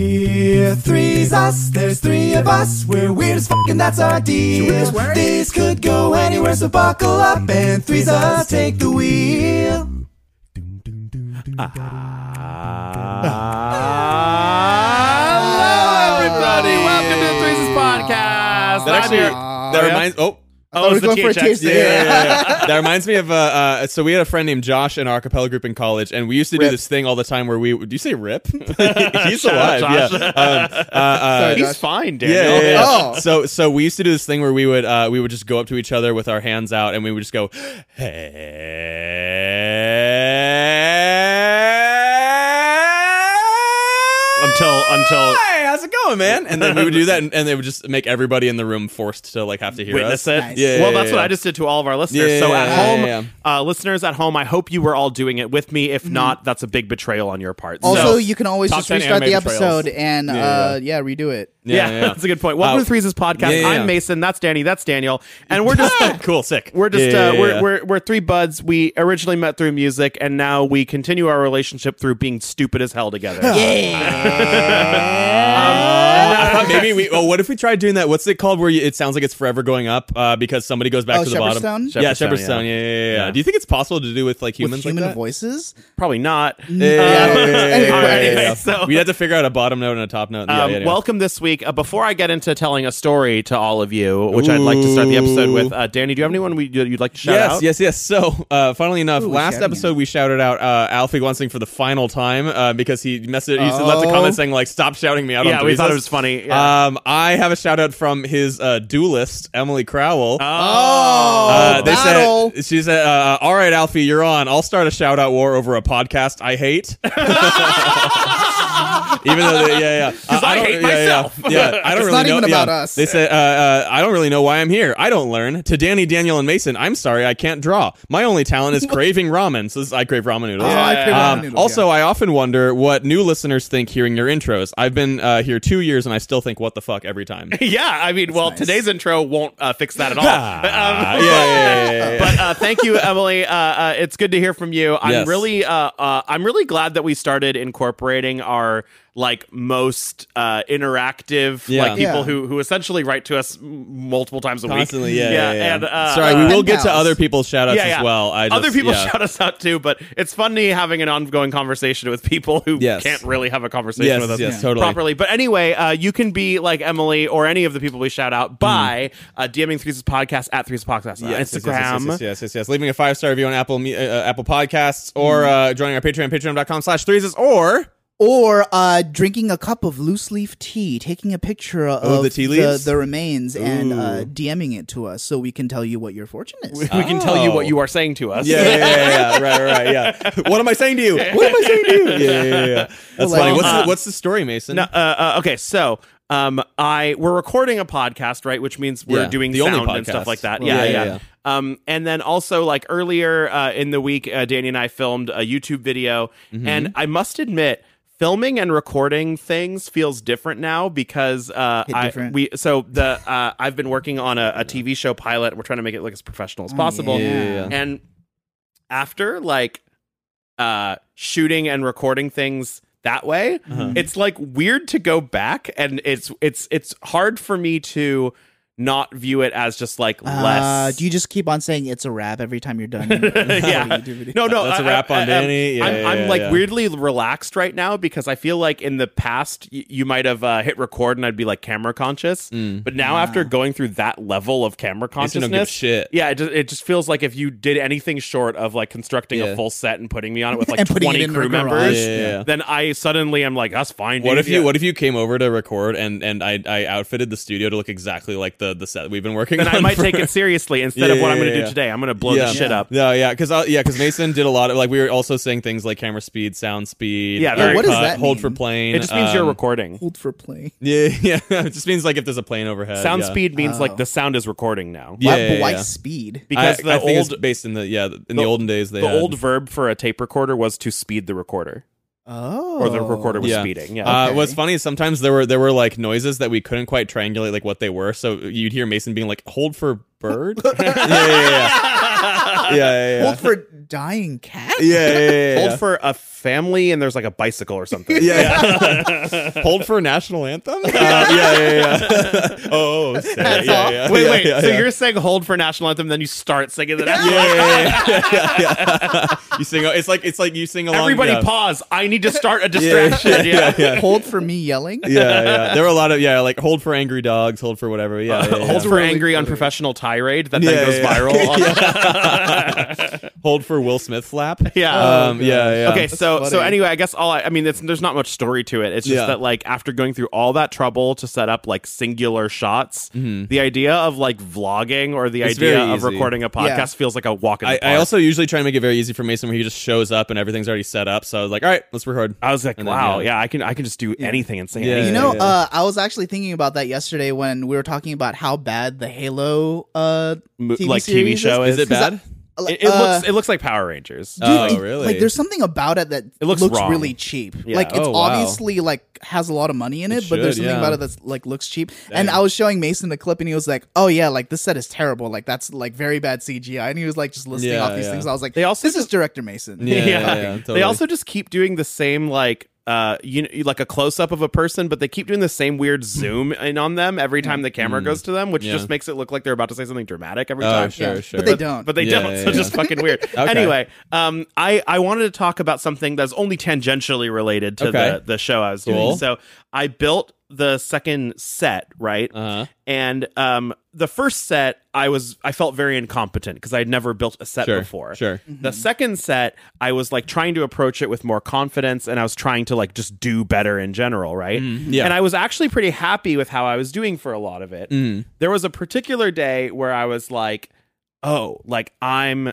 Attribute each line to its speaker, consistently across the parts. Speaker 1: We're three's us, there's three of us. We're weird as fuck and that's our deal. This could go anywhere, so buckle up and three's us, take the wheel.
Speaker 2: Hello, everybody. Welcome to the Threeses Podcast.
Speaker 3: That actually that
Speaker 2: yeah?
Speaker 3: reminds oh
Speaker 2: oh, it's
Speaker 4: I
Speaker 2: the
Speaker 4: was going for a
Speaker 2: THX.
Speaker 4: taste.
Speaker 3: yeah, yeah, yeah, yeah. that reminds me of uh, uh so we had a friend named Josh in our acapella group in college and we used to do
Speaker 4: Rip.
Speaker 3: this thing all the time where we do you say rip he's
Speaker 2: Shout out
Speaker 3: alive
Speaker 2: Josh.
Speaker 3: yeah um, uh, uh,
Speaker 4: Sorry,
Speaker 2: He's
Speaker 4: Josh.
Speaker 2: fine,
Speaker 3: yeah,
Speaker 2: Daniel.
Speaker 3: yeah, yeah.
Speaker 4: Oh.
Speaker 3: So, so we used to do this thing where we would, uh, we would just go up to each other with our hands out, and we would just go, "Hey,
Speaker 2: Until until
Speaker 4: Oh.
Speaker 3: hey, how's it going, man?" And then we would do that, and, and they would just make everybody in the room forced to like have to hear
Speaker 2: witness
Speaker 3: us.
Speaker 2: it.
Speaker 4: Nice.
Speaker 3: Yeah,
Speaker 2: Well,
Speaker 3: yeah,
Speaker 2: that's what
Speaker 3: yeah.
Speaker 2: I just did to all of our listeners.
Speaker 3: Yeah,
Speaker 2: so
Speaker 3: yeah,
Speaker 2: at
Speaker 3: yeah,
Speaker 2: home,
Speaker 3: yeah,
Speaker 2: Uh, listeners at home, I hope you were all doing it with me. If not, that's a big betrayal on your part. So-
Speaker 4: Also, you can always
Speaker 3: top
Speaker 4: just
Speaker 3: 10
Speaker 4: restart the
Speaker 3: anime
Speaker 4: episode
Speaker 3: betrayals.
Speaker 4: and
Speaker 3: Yeah.
Speaker 4: uh, yeah, redo it.
Speaker 2: yeah, that's a good point. Welcome
Speaker 3: Uh,
Speaker 2: to the Threeses Podcast.
Speaker 3: yeah, yeah, yeah.
Speaker 2: I'm Mason. That's Danny. That's Daniel. And we're just
Speaker 3: cool, sick.
Speaker 2: We're just
Speaker 3: Yeah,
Speaker 2: uh,
Speaker 3: yeah,
Speaker 2: we're,
Speaker 3: yeah.
Speaker 2: we're we're three buds. We originally met through music, and now we continue our relationship through being stupid as hell together. Um,
Speaker 3: Uh, I thought maybe we. Oh, what if we tried doing that? What's it called? Where you, it sounds like it's forever going up uh, because somebody goes back
Speaker 4: Oh,
Speaker 3: to the bottom.
Speaker 4: Shepherdstone?
Speaker 3: Yeah,
Speaker 2: Shepherdstone,
Speaker 3: Shepherdstone. Yeah. Yeah, yeah, yeah.
Speaker 2: Yeah.
Speaker 3: Do you think it's possible to do with like humans
Speaker 4: With human
Speaker 3: like that?
Speaker 4: voices?
Speaker 2: Probably not.
Speaker 3: Yeah,
Speaker 4: Yeah.
Speaker 3: yeah, yeah, yeah, yeah, yeah, yeah.
Speaker 2: Alright, so-
Speaker 3: We'd have to figure out a bottom note and a top note. Yeah,
Speaker 2: Um,
Speaker 3: yeah, yeah.
Speaker 2: Welcome this week. Uh, before I get into telling a story to all of you, which I'd like to start the episode with, uh, Danny, do you have anyone we, you'd like to shout
Speaker 3: yes,
Speaker 2: out?
Speaker 3: yes, yes. So, uh, funnily enough,
Speaker 4: Ooh,
Speaker 3: last
Speaker 4: shouting
Speaker 3: episode we shouted out uh, Alfie Wansing for the final time uh, because he messaged, he
Speaker 4: Oh.
Speaker 3: left a comment saying like, "Stop shouting me out."
Speaker 2: Yeah,
Speaker 3: on
Speaker 2: we thought
Speaker 3: Threeses."
Speaker 2: it was funny. Yeah.
Speaker 3: Um, I have a shout out from his uh, duelist, Emily Crowell.
Speaker 2: Oh.
Speaker 3: Uh, they
Speaker 4: battle.
Speaker 3: said she said, uh, "All right, Alfie, you're on. I'll start a shout out war over a podcast I hate." Even though, they, yeah, yeah, because
Speaker 2: I hate myself.
Speaker 3: Yeah, yeah. I don't
Speaker 4: It's
Speaker 3: really
Speaker 4: not
Speaker 3: know.
Speaker 4: even
Speaker 3: yeah.
Speaker 4: about us.
Speaker 3: They said, uh, uh, "I don't really know why I'm here. I don't learn." To Danny, Daniel, and Mason, I'm sorry, I can't draw. My only talent is craving ramen. So this, I crave ramen noodles.
Speaker 4: Oh, I crave ramen
Speaker 3: Um,
Speaker 4: noodles,
Speaker 3: also, I often wonder what new listeners think hearing your intros. I've been uh, here two years, and I still think, "What the fuck?" every time.
Speaker 2: yeah, I mean, well,
Speaker 4: nice.
Speaker 2: today's intro won't uh, fix that at all.
Speaker 3: Ah,
Speaker 2: Um,
Speaker 3: yeah, yeah, yeah, yeah, yeah.
Speaker 2: but uh, thank you, Emily. Uh, uh, it's good to hear from you. I'm
Speaker 3: Yes.
Speaker 2: really, uh, uh, I'm really glad that we started incorporating our like most uh, interactive,
Speaker 3: Yeah.
Speaker 2: like people
Speaker 4: Yeah.
Speaker 2: who who essentially write to us m- multiple times a
Speaker 3: constantly.
Speaker 2: week.
Speaker 3: Yeah, yeah. yeah.
Speaker 2: And, uh,
Speaker 3: Sorry, we
Speaker 2: uh,
Speaker 3: will
Speaker 4: Pen
Speaker 3: get to
Speaker 4: pals.
Speaker 3: other people's shout outs as well. I just,
Speaker 2: other people
Speaker 3: yeah.
Speaker 2: shout us out too, but it's funny having an ongoing conversation with people who
Speaker 3: Yes.
Speaker 2: can't really have a conversation
Speaker 3: Yes,
Speaker 2: with us
Speaker 3: yes, Yeah. totally.
Speaker 2: properly. But anyway, uh, you can be like Emily or any of the people we shout out by uh, DMing Threes Podcast at Threes Podcast on
Speaker 3: Hmm. Yes, yes, yes,
Speaker 2: Instagram.
Speaker 3: Yes yes, yes, yes, yes. Leaving a five star review on Apple Me- uh, uh, Apple Podcasts or uh, joining our Patreon, patreon.com slash threeses or
Speaker 4: Or uh, drinking a cup of loose leaf tea, taking a picture of
Speaker 3: Oh, the tea leaves?
Speaker 4: The, remains, and uh, DMing it to us so we can tell you what your fortune is.
Speaker 2: We can tell you what
Speaker 3: Oh.
Speaker 2: you are saying to us.
Speaker 3: yeah, yeah, yeah, yeah, yeah. right, right, right, yeah. What am I saying to you? What am I saying to you? uh, Yeah, yeah, yeah. yeah. That's
Speaker 4: Well,
Speaker 3: funny.
Speaker 4: like-
Speaker 3: What's the, what's the story, Mason?
Speaker 2: No, uh, uh, okay, so um, I we're recording a podcast, right? Which means we're
Speaker 3: Yeah,
Speaker 2: doing
Speaker 3: the only
Speaker 2: sound and
Speaker 3: podcast.
Speaker 2: stuff like that.
Speaker 3: Well,
Speaker 2: yeah,
Speaker 3: yeah,
Speaker 2: yeah.
Speaker 3: yeah,
Speaker 2: Um, and then also like earlier uh, in the week, uh, Danny and I filmed a YouTube video,
Speaker 3: Mm-hmm.
Speaker 2: and I must admit. Filming and recording things feels different now because uh,
Speaker 4: Hit
Speaker 2: I,
Speaker 4: different.
Speaker 2: we so the uh, I've been working on a, a TV show pilot. We're trying to make it look as professional
Speaker 4: Oh,
Speaker 2: as possible,
Speaker 3: yeah, yeah, yeah.
Speaker 2: and after like uh shooting and recording things that way
Speaker 3: Mm-hmm. Uh-huh.
Speaker 2: it's like weird to go back and it's it's it's hard for me to not view it as just like
Speaker 4: Uh,
Speaker 2: less
Speaker 4: do you just keep on saying it's a wrap every time you're done?
Speaker 2: yeah no no
Speaker 3: That's a
Speaker 2: I-
Speaker 3: wrap
Speaker 2: I-
Speaker 3: on
Speaker 2: I'm-
Speaker 3: Danny. Yeah,
Speaker 2: i'm,
Speaker 3: yeah,
Speaker 2: I'm
Speaker 3: yeah,
Speaker 2: like
Speaker 3: yeah.
Speaker 2: weirdly relaxed right now because i feel like in the past y- you might have uh, hit record and i'd be like camera conscious
Speaker 3: Mm.
Speaker 2: but now after going through that level of camera
Speaker 3: just don't
Speaker 2: consciousness
Speaker 3: give a shit.
Speaker 2: yeah it just, it just feels like if you did anything short of like constructing
Speaker 3: Yeah.
Speaker 2: a full set and putting me on it with like
Speaker 4: And putting it
Speaker 2: 20
Speaker 4: in
Speaker 2: crew
Speaker 4: the garage.
Speaker 2: members
Speaker 3: Yeah, yeah, yeah.
Speaker 2: then i suddenly am like that's fine
Speaker 3: What
Speaker 2: dude."
Speaker 3: if
Speaker 2: Yeah.
Speaker 3: you What if you came over to record and and I I outfitted the studio to look exactly like the the set we've been working
Speaker 2: then
Speaker 3: on?
Speaker 2: i might
Speaker 3: for-
Speaker 2: take it seriously instead of
Speaker 3: Yeah,
Speaker 2: what i'm
Speaker 3: yeah,
Speaker 2: going to
Speaker 3: yeah.
Speaker 2: do today i'm going to blow
Speaker 3: yeah.
Speaker 2: this shit up
Speaker 3: No, yeah, because yeah, because Mason did a lot of like we were also saying things like camera speed, sound speed.
Speaker 2: Yeah, very
Speaker 4: what does
Speaker 3: cut,
Speaker 4: that
Speaker 3: hold
Speaker 4: mean?
Speaker 3: for plane?
Speaker 2: it just means you're
Speaker 3: um,
Speaker 2: recording
Speaker 4: Hold for play.
Speaker 3: Yeah, yeah. it just means like if there's a plane overhead.
Speaker 2: sound
Speaker 3: yeah. Oh.
Speaker 2: speed means like the sound is recording now
Speaker 3: Yeah,
Speaker 4: why,
Speaker 3: yeah,
Speaker 4: but why
Speaker 3: yeah.
Speaker 4: speed?
Speaker 2: because
Speaker 3: I,
Speaker 2: the
Speaker 3: I think
Speaker 2: old
Speaker 3: it's based in the yeah the- in the, olden days they
Speaker 2: the
Speaker 3: had-
Speaker 2: old verb for a tape recorder was to speed the recorder
Speaker 4: Oh,
Speaker 2: or the recorder was
Speaker 3: Yeah.
Speaker 2: speeding yeah
Speaker 3: Uh,
Speaker 4: Okay.
Speaker 3: What's funny is sometimes there were there were like noises that we couldn't quite triangulate like what they were. So you'd hear Mason being like, "Hold for bird." yeah, yeah, yeah, yeah, yeah, yeah, yeah.
Speaker 4: Oh. Hold for dying cat?
Speaker 3: Yeah, yeah, yeah, yeah.
Speaker 2: Hold for a family, and there's like a bicycle or something.
Speaker 3: yeah, yeah. hold for national anthem. Uh, yeah, yeah, yeah. oh, oh, sad.
Speaker 4: That's
Speaker 3: yeah,
Speaker 4: all?
Speaker 3: yeah,
Speaker 2: Wait,
Speaker 3: yeah,
Speaker 2: wait.
Speaker 3: yeah,
Speaker 2: so
Speaker 3: yeah.
Speaker 2: you're saying hold for national anthem, then you start singing the national.
Speaker 3: Yeah, yeah, yeah, yeah, yeah, yeah. you sing. It's like it's like you sing along.
Speaker 2: Everybody,
Speaker 3: yeah.
Speaker 2: pause. I need to start a
Speaker 3: Yeah,
Speaker 2: distraction.
Speaker 3: yeah, yeah, yeah.
Speaker 4: Hold for me yelling?
Speaker 3: yeah, yeah. There were a lot of yeah, like hold for angry dogs, Uh, hold for whatever. Yeah, yeah, yeah.
Speaker 2: Hold for angry unprofessional tirade that
Speaker 3: Yeah,
Speaker 2: then goes
Speaker 3: yeah, yeah.
Speaker 2: viral. on-
Speaker 3: hold for Will Smith flap.
Speaker 2: Yeah.
Speaker 3: um, yeah, yeah.
Speaker 2: okay, so so
Speaker 4: funny.
Speaker 2: anyway, I guess all I, I mean, it's, there's not much story to it. It's just
Speaker 3: Yeah.
Speaker 2: that like after going through all that trouble to set up like singular shots, the idea of like vlogging or the
Speaker 3: Mm-hmm. It's
Speaker 2: idea
Speaker 3: very
Speaker 2: of
Speaker 3: easy.
Speaker 2: recording a podcast
Speaker 4: Yeah.
Speaker 2: feels like a walk in the
Speaker 3: I, I
Speaker 2: park.
Speaker 3: also usually try to make it very easy for Mason, where he just shows up and everything's already set up. So I was like, all right, let's record.
Speaker 2: I was like,
Speaker 3: And then,
Speaker 2: wow,
Speaker 3: yeah.
Speaker 2: yeah. I can I can just do anything and say
Speaker 3: Yeah,
Speaker 2: anything.
Speaker 4: You know,
Speaker 3: yeah.
Speaker 4: uh, I was actually thinking about that yesterday when we were talking about how bad the Halo uh,
Speaker 2: Mo-
Speaker 4: TV
Speaker 2: like TV
Speaker 4: series
Speaker 2: show
Speaker 3: Is
Speaker 2: is.
Speaker 3: it bad?
Speaker 2: It, it
Speaker 4: uh,
Speaker 2: looks it looks like Power Rangers.
Speaker 4: Dude,
Speaker 3: Oh,
Speaker 4: it-
Speaker 3: really?
Speaker 4: Like, there's something about it that
Speaker 2: It looks wrong.
Speaker 4: really cheap.
Speaker 2: Yeah.
Speaker 4: Like, it's
Speaker 3: Oh, wow.
Speaker 4: obviously like has a lot of money in it,
Speaker 3: It
Speaker 4: but there's
Speaker 3: should,
Speaker 4: something
Speaker 3: yeah.
Speaker 4: about it that's like looks cheap. And I was showing Mason the clip, and he was like, "Oh yeah, like this set is terrible. Like that's like very bad CGI." And he was like just listing
Speaker 3: Yeah,
Speaker 4: off these
Speaker 3: yeah.
Speaker 4: things. I was like,
Speaker 2: They also
Speaker 4: "This is director Mason."
Speaker 3: Yeah, yeah, yeah,
Speaker 2: They
Speaker 3: totally.
Speaker 2: also just keep doing the same like uh you know like a close up of a person, but they keep doing the same weird zoom in on them every time the camera goes to them, which
Speaker 3: Hmm. Yeah.
Speaker 2: just makes it look like they're about to say something dramatic every
Speaker 3: Oh,
Speaker 2: time.
Speaker 3: sure, sure.
Speaker 4: But they don't.
Speaker 2: But they
Speaker 3: Yeah,
Speaker 2: don't,
Speaker 3: yeah,
Speaker 2: so
Speaker 3: yeah.
Speaker 2: just fucking weird. Anyway, um, I I wanted to talk about something that's only tangentially related to
Speaker 3: Okay.
Speaker 2: the the show I was
Speaker 3: Cool.
Speaker 2: doing. So I built the second set, right?
Speaker 3: Uh-huh.
Speaker 2: And um, the first set, I was I felt very incompetent because I had never built a set
Speaker 3: Sure,
Speaker 2: before.
Speaker 3: sure.
Speaker 2: The second set, I was like trying to approach it with more confidence, and I was trying to like just do better in general, right?
Speaker 3: yeah.
Speaker 2: And I was actually pretty happy with how I was doing for a lot of
Speaker 3: Mm.
Speaker 2: it.
Speaker 3: Uh,
Speaker 2: There was a particular day where I was like, "Oh, like I'm."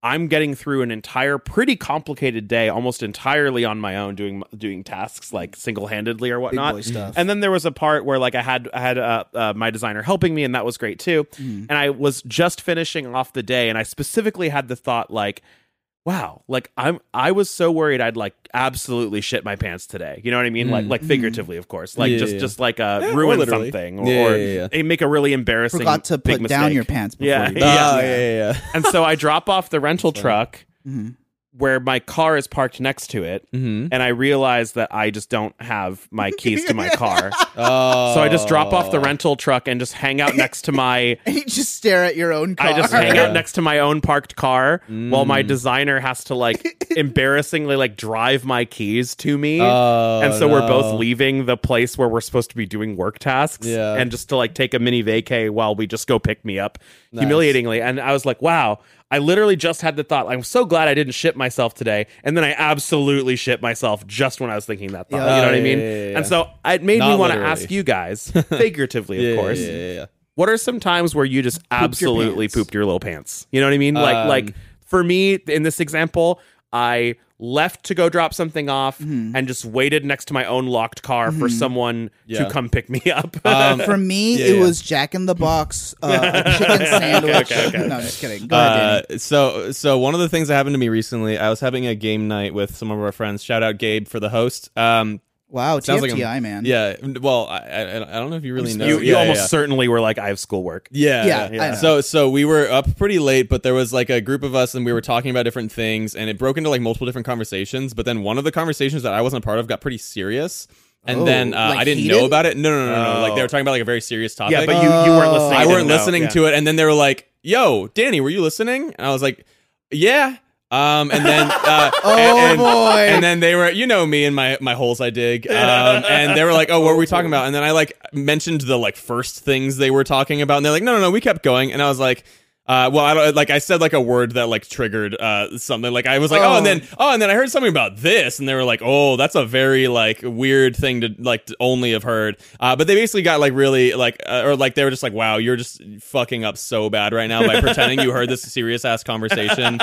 Speaker 2: I'm getting through an entire pretty complicated day almost entirely on my own doing doing tasks like single-handedly or whatnot.
Speaker 4: boy stuff.
Speaker 2: And then there was a part where like I had I had uh, uh, my designer helping me, and that was great too.
Speaker 4: Mm.
Speaker 2: And I was just finishing off the day, and I specifically had the thought like, "Wow, like I'm I was so worried I'd like absolutely shit my pants today." You know what I mean? Like like figuratively, of course. Like
Speaker 3: Mm. Yeah,
Speaker 2: just
Speaker 3: yeah.
Speaker 2: just like uh,
Speaker 3: Yeah, or
Speaker 2: ruin
Speaker 3: literally.
Speaker 2: something or,
Speaker 3: Yeah,
Speaker 2: or
Speaker 3: yeah, yeah.
Speaker 2: they make a really embarrassing
Speaker 4: Forgot to
Speaker 2: big
Speaker 4: put down
Speaker 2: mistake.
Speaker 4: your pants. Before
Speaker 2: Yeah.
Speaker 4: you
Speaker 3: Oh,
Speaker 4: did.
Speaker 3: yeah, yeah, yeah.
Speaker 2: and so I drop off the rental truck
Speaker 4: Mhm.
Speaker 2: where my car is parked next to it.
Speaker 3: Mm-hmm.
Speaker 2: And I realize that I just don't have my keys to my car.
Speaker 3: Oh,
Speaker 2: So I just drop off the rental truck and just hang out next to my.
Speaker 4: And you just stare at your own car.
Speaker 2: I just hang
Speaker 3: Yeah.
Speaker 2: out next to my own parked car while my
Speaker 3: Mm.
Speaker 2: designer has to like embarrassingly like drive my keys to me.
Speaker 3: Oh,
Speaker 2: and so we're
Speaker 3: no.
Speaker 2: both leaving the place where we're supposed to be doing work tasks
Speaker 3: Yeah.
Speaker 2: and just to like take a mini vacay while we just go pick me up humiliatingly. And I was like, wow, I literally just had the thought, I'm so glad I didn't shit myself today. And then I absolutely shit myself just when I was thinking that thought.
Speaker 4: Yeah.
Speaker 2: You know
Speaker 3: Oh,
Speaker 2: what I
Speaker 3: yeah,
Speaker 2: mean?
Speaker 3: yeah, yeah, yeah.
Speaker 2: And so it made me
Speaker 3: Not
Speaker 2: want to
Speaker 3: literally.
Speaker 2: ask you guys, figuratively,
Speaker 3: Yeah,
Speaker 2: of
Speaker 3: yeah,
Speaker 2: course,
Speaker 3: yeah, yeah, yeah.
Speaker 2: what are some times where you just absolutely
Speaker 4: pants.
Speaker 2: pooped your little pants? You know what I mean? Like
Speaker 3: Um,
Speaker 2: like for me in this example, I left to go drop something off
Speaker 3: Mm-hmm.
Speaker 2: and just waited next to my own locked car for someone
Speaker 3: Yeah.
Speaker 2: to come pick me up.
Speaker 4: For me,
Speaker 3: Yeah,
Speaker 4: it
Speaker 3: yeah.
Speaker 4: was Jack in the Box, uh, a chicken sandwich.
Speaker 2: okay, okay.
Speaker 4: No, I'm just kidding. Go ahead, Danny.
Speaker 3: Uh, so so one of the things that happened to me recently, I was having a game night with some of our friends. Shout out Gabe for the host. Um,
Speaker 4: Wow,
Speaker 3: sounds like
Speaker 4: TFTI,
Speaker 3: I'm-
Speaker 4: man.
Speaker 3: Yeah. Well, I, I, I don't know if you really know.
Speaker 2: you you
Speaker 3: Yeah,
Speaker 2: almost
Speaker 3: yeah.
Speaker 2: certainly were like, I have schoolwork.
Speaker 3: Yeah.
Speaker 4: Yeah, I know.
Speaker 3: So so we were up pretty late, but there was like a group of us and we were talking about different things and it broke into like multiple different conversations, but then one of the conversations that I wasn't a part of got pretty serious. And
Speaker 4: Oh,
Speaker 3: then uh,
Speaker 4: like
Speaker 3: I didn't
Speaker 4: heated?
Speaker 3: know about it. No, no, no, no, no. Like they
Speaker 2: Oh.
Speaker 3: were talking about like a very serious topic.
Speaker 2: Yeah, but you, you weren't
Speaker 4: Oh.
Speaker 2: listening.
Speaker 3: I
Speaker 2: You
Speaker 3: weren't
Speaker 2: didn't know.
Speaker 3: listening
Speaker 2: Yeah.
Speaker 3: to it, and then they were like, "Yo, Danny, were you listening?" And I was like, "Yeah." Um, and then, uh, oh and,
Speaker 4: boy.
Speaker 3: and then they were, you know, me and my my holes I dig. Um, and they were like, "Oh, what were we talking about?" And then I like mentioned the like first things they were talking about, and they're like, "No, no, no, we kept going." And I was like. Uh, well, I don't like. I said like a word that like triggered uh something. Like I was like, oh. and then oh, and then I heard something about this, and they were like, oh, that's a very like weird thing to like to only have heard. Uh, but they basically got like really like, uh, or like they were just like, wow, you're just fucking up so bad right now by pretending you heard this serious ass conversation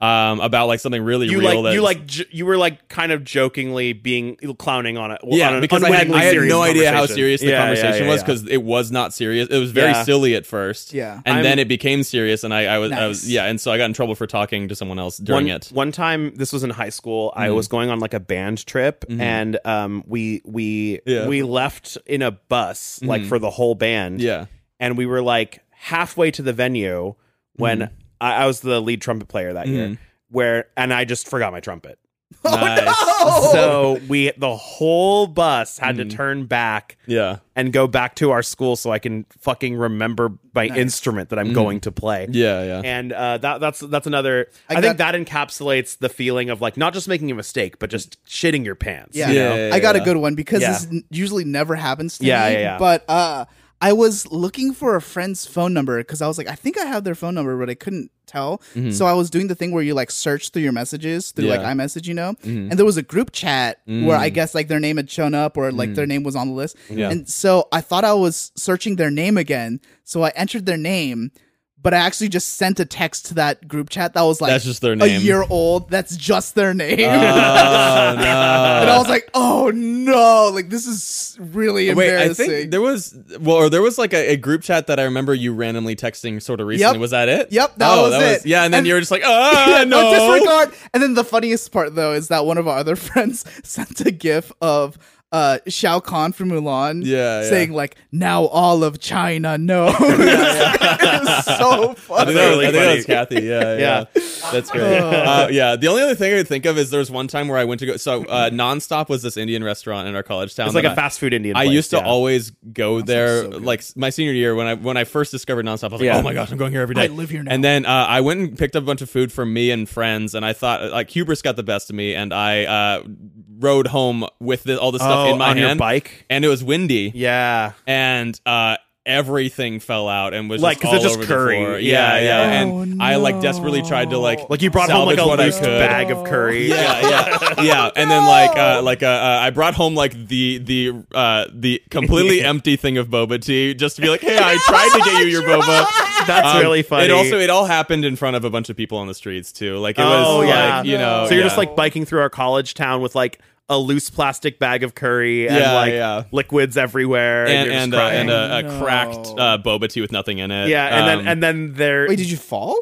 Speaker 3: um about like something really
Speaker 2: You
Speaker 3: real.
Speaker 2: like
Speaker 3: that
Speaker 2: you like j- you were like kind of jokingly being clowning on it.
Speaker 3: yeah,
Speaker 2: on an
Speaker 3: because I had,
Speaker 2: unwittingly
Speaker 3: I had
Speaker 2: serious
Speaker 3: no idea how
Speaker 2: conversation.
Speaker 3: serious the
Speaker 2: Yeah, yeah,
Speaker 3: conversation
Speaker 2: yeah,
Speaker 3: was
Speaker 2: yeah.
Speaker 3: because it was not serious. It was very
Speaker 2: Yeah. silly
Speaker 3: silly at first.
Speaker 4: Yeah.
Speaker 3: and
Speaker 2: I'm-
Speaker 3: then it became serious, and I, I was, I was,
Speaker 4: Nice.
Speaker 3: yeah, and so I got in trouble for talking to someone else during
Speaker 2: one,
Speaker 3: it. Mm-hmm.
Speaker 2: One time, this was in high school. I was going on like a band trip, and um, we we
Speaker 3: Yeah. Mm-hmm.
Speaker 2: we left in a bus like for the whole band.
Speaker 3: Yeah.
Speaker 2: and we
Speaker 3: Mm-hmm.
Speaker 2: were like halfway to the venue when I, I was the lead trumpet player that year. where and I just forgot my trumpet.
Speaker 4: Oh,
Speaker 3: Nice.
Speaker 4: no!
Speaker 2: So we the whole bus had
Speaker 3: Mm-hmm.
Speaker 2: to turn back
Speaker 3: Yeah.
Speaker 2: and go back to our school so I can fucking remember my
Speaker 4: Nice.
Speaker 2: instrument that I'm
Speaker 3: Mm-hmm.
Speaker 2: going to play.
Speaker 3: Yeah. Yeah.
Speaker 2: And uh, that that's that's another.
Speaker 4: I
Speaker 2: I, think that encapsulates the feeling of like not just making a mistake, but just shitting your pants.
Speaker 4: Yeah.
Speaker 3: Yeah, yeah,
Speaker 4: I got a
Speaker 3: yeah.
Speaker 4: good one because
Speaker 2: Yeah.
Speaker 4: this n- usually never happens to
Speaker 2: Yeah,
Speaker 4: me.
Speaker 2: yeah, yeah.
Speaker 4: But uh, I was looking for a friend's phone number because I was like, I think I have their phone number, but I couldn't tell. So I was doing the thing where you like search through your messages through like
Speaker 3: Mm-hmm. Yeah. Mm-hmm. Mm.
Speaker 4: iMessage, you know. And there was a group chat where I guess like their name had shown up or like their name was on the list.
Speaker 3: Yeah.
Speaker 4: And so I thought I was searching their name again, so I entered their name. But I actually just sent a text to that group chat that was like
Speaker 3: That's just their
Speaker 4: a
Speaker 3: name.
Speaker 4: year old. That's just their name.
Speaker 3: Oh, no.
Speaker 4: And I was like, oh no, like this is really
Speaker 3: Wait, I
Speaker 4: embarrassing.
Speaker 3: think there was well, or there was like a, a group chat that I remember you randomly texting sort of recently.
Speaker 4: Yep.
Speaker 3: Was that it?
Speaker 4: Yep, that was it.
Speaker 3: yeah, and then
Speaker 4: And-
Speaker 3: you were just like, ah,
Speaker 4: Yeah,
Speaker 3: no,
Speaker 4: disregard. And then the funniest part though is that one of our other friends sent a gif of uh Shao Kahn from Mulan
Speaker 3: Yeah, yeah.
Speaker 4: saying like now all of China knows. it was so
Speaker 3: I
Speaker 4: funny.
Speaker 3: think, that was,
Speaker 2: Really
Speaker 3: I think that
Speaker 2: funny. Oh.
Speaker 3: was Kathy. Yeah, yeah. That's great. Uh, yeah. The only other thing I could think of is there was one time where I went to go. So, uh, nonstop was this Indian restaurant in our college town.
Speaker 2: It's like
Speaker 3: that
Speaker 2: a
Speaker 3: I-
Speaker 2: fast food Indian.
Speaker 3: I
Speaker 2: place,
Speaker 3: used to
Speaker 2: yeah.
Speaker 3: always go there,
Speaker 4: so good.
Speaker 3: like s- my senior year when I when I first discovered nonstop. I was like,
Speaker 2: Yeah.
Speaker 3: oh my gosh, I'm going here every day.
Speaker 4: I live here now.
Speaker 3: And then uh, I went and picked up a bunch of food for me and friends, and I thought uh, like hubris got the best of me, and I uh, rode home with the, all the stuff
Speaker 2: Oh,
Speaker 3: in my
Speaker 2: on your
Speaker 3: hand,
Speaker 2: bike.
Speaker 3: and it was windy,
Speaker 2: Yeah.
Speaker 3: and uh, everything fell out and was
Speaker 2: Like,
Speaker 3: just
Speaker 2: 'cause
Speaker 3: all
Speaker 2: it's just
Speaker 3: over the
Speaker 2: curry.
Speaker 3: floor.
Speaker 2: Yeah,
Speaker 3: Yeah, yeah,
Speaker 2: yeah.
Speaker 4: Oh,
Speaker 3: and I like
Speaker 4: no.
Speaker 3: desperately tried to like
Speaker 2: Like you brought home like
Speaker 3: salvage
Speaker 2: a
Speaker 3: what I
Speaker 2: loose
Speaker 3: could
Speaker 2: bag of curry.
Speaker 3: yeah, yeah, yeah. And then like uh, like uh, uh, I brought home like the the uh, the completely empty thing of boba tea just to be like, hey, I tried to get you your boba.
Speaker 2: That's
Speaker 3: Um,
Speaker 2: really funny.
Speaker 3: It also it all happened in front of a bunch of people on the streets too. Like it
Speaker 2: Oh,
Speaker 3: was
Speaker 2: yeah.
Speaker 3: like you know.
Speaker 2: so you're
Speaker 3: oh, yeah.
Speaker 2: just like biking through our college town with like a loose plastic bag of curry and
Speaker 3: Yeah,
Speaker 2: like
Speaker 3: yeah.
Speaker 2: liquids everywhere, and,
Speaker 3: and
Speaker 2: you're just
Speaker 3: and, uh,
Speaker 2: crying.
Speaker 3: and a, a
Speaker 4: No.
Speaker 3: cracked uh, boba tea with nothing in it.
Speaker 2: yeah, and then
Speaker 3: Um,
Speaker 2: and then there.
Speaker 4: Wait, did you fall?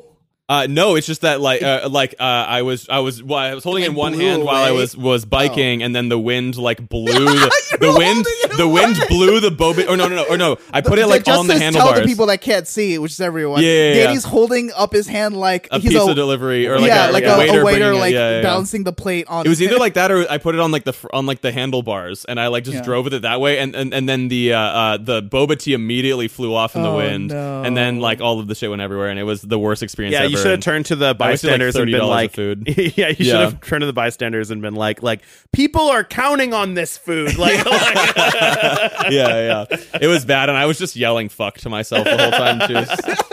Speaker 3: Uh, no, it's just that like uh, like uh, I was I was well, I was holding
Speaker 4: Like,
Speaker 3: in one
Speaker 4: blew
Speaker 3: hand while I
Speaker 4: away?
Speaker 3: was was biking, and then the wind like blew
Speaker 4: You
Speaker 3: the, the
Speaker 4: were
Speaker 3: wind
Speaker 4: holding it
Speaker 3: the wind
Speaker 4: away.
Speaker 3: blew the boba. Or no, no, no, or no! I put it like
Speaker 4: just
Speaker 3: on the
Speaker 4: to Tell
Speaker 3: handlebars.
Speaker 4: the people that can't see, which is everyone.
Speaker 3: Yeah, yeah, yeah.
Speaker 4: Danny's holding up his hand like
Speaker 3: a
Speaker 4: he's
Speaker 3: pizza
Speaker 4: a
Speaker 3: delivery or like a,
Speaker 4: yeah, like
Speaker 3: yeah,
Speaker 4: a,
Speaker 3: waiter,
Speaker 4: a waiter
Speaker 3: bringing it.
Speaker 4: like
Speaker 3: Yeah, yeah, yeah.
Speaker 4: balancing the plate on.
Speaker 3: It was either like that or I put it on like the fr- on like the handlebars, and I like just
Speaker 4: Yeah.
Speaker 3: drove with it that way, and and, and then the uh, uh, the boba tea immediately flew off in the
Speaker 4: Oh,
Speaker 3: wind,
Speaker 4: no.
Speaker 3: and then like all of the shit went everywhere, and it was the worst experience.
Speaker 2: yeah,
Speaker 3: ever.
Speaker 2: you should have turned to the
Speaker 3: wasted, like,
Speaker 2: bystanders and been
Speaker 3: $30 of
Speaker 2: like,
Speaker 3: food.
Speaker 2: yeah, you should
Speaker 3: Yeah.
Speaker 2: have turned to the bystanders and been like, like people are counting on this food, like, like-
Speaker 3: yeah, yeah. It was bad, and I was just yelling "fuck" to myself the whole time too.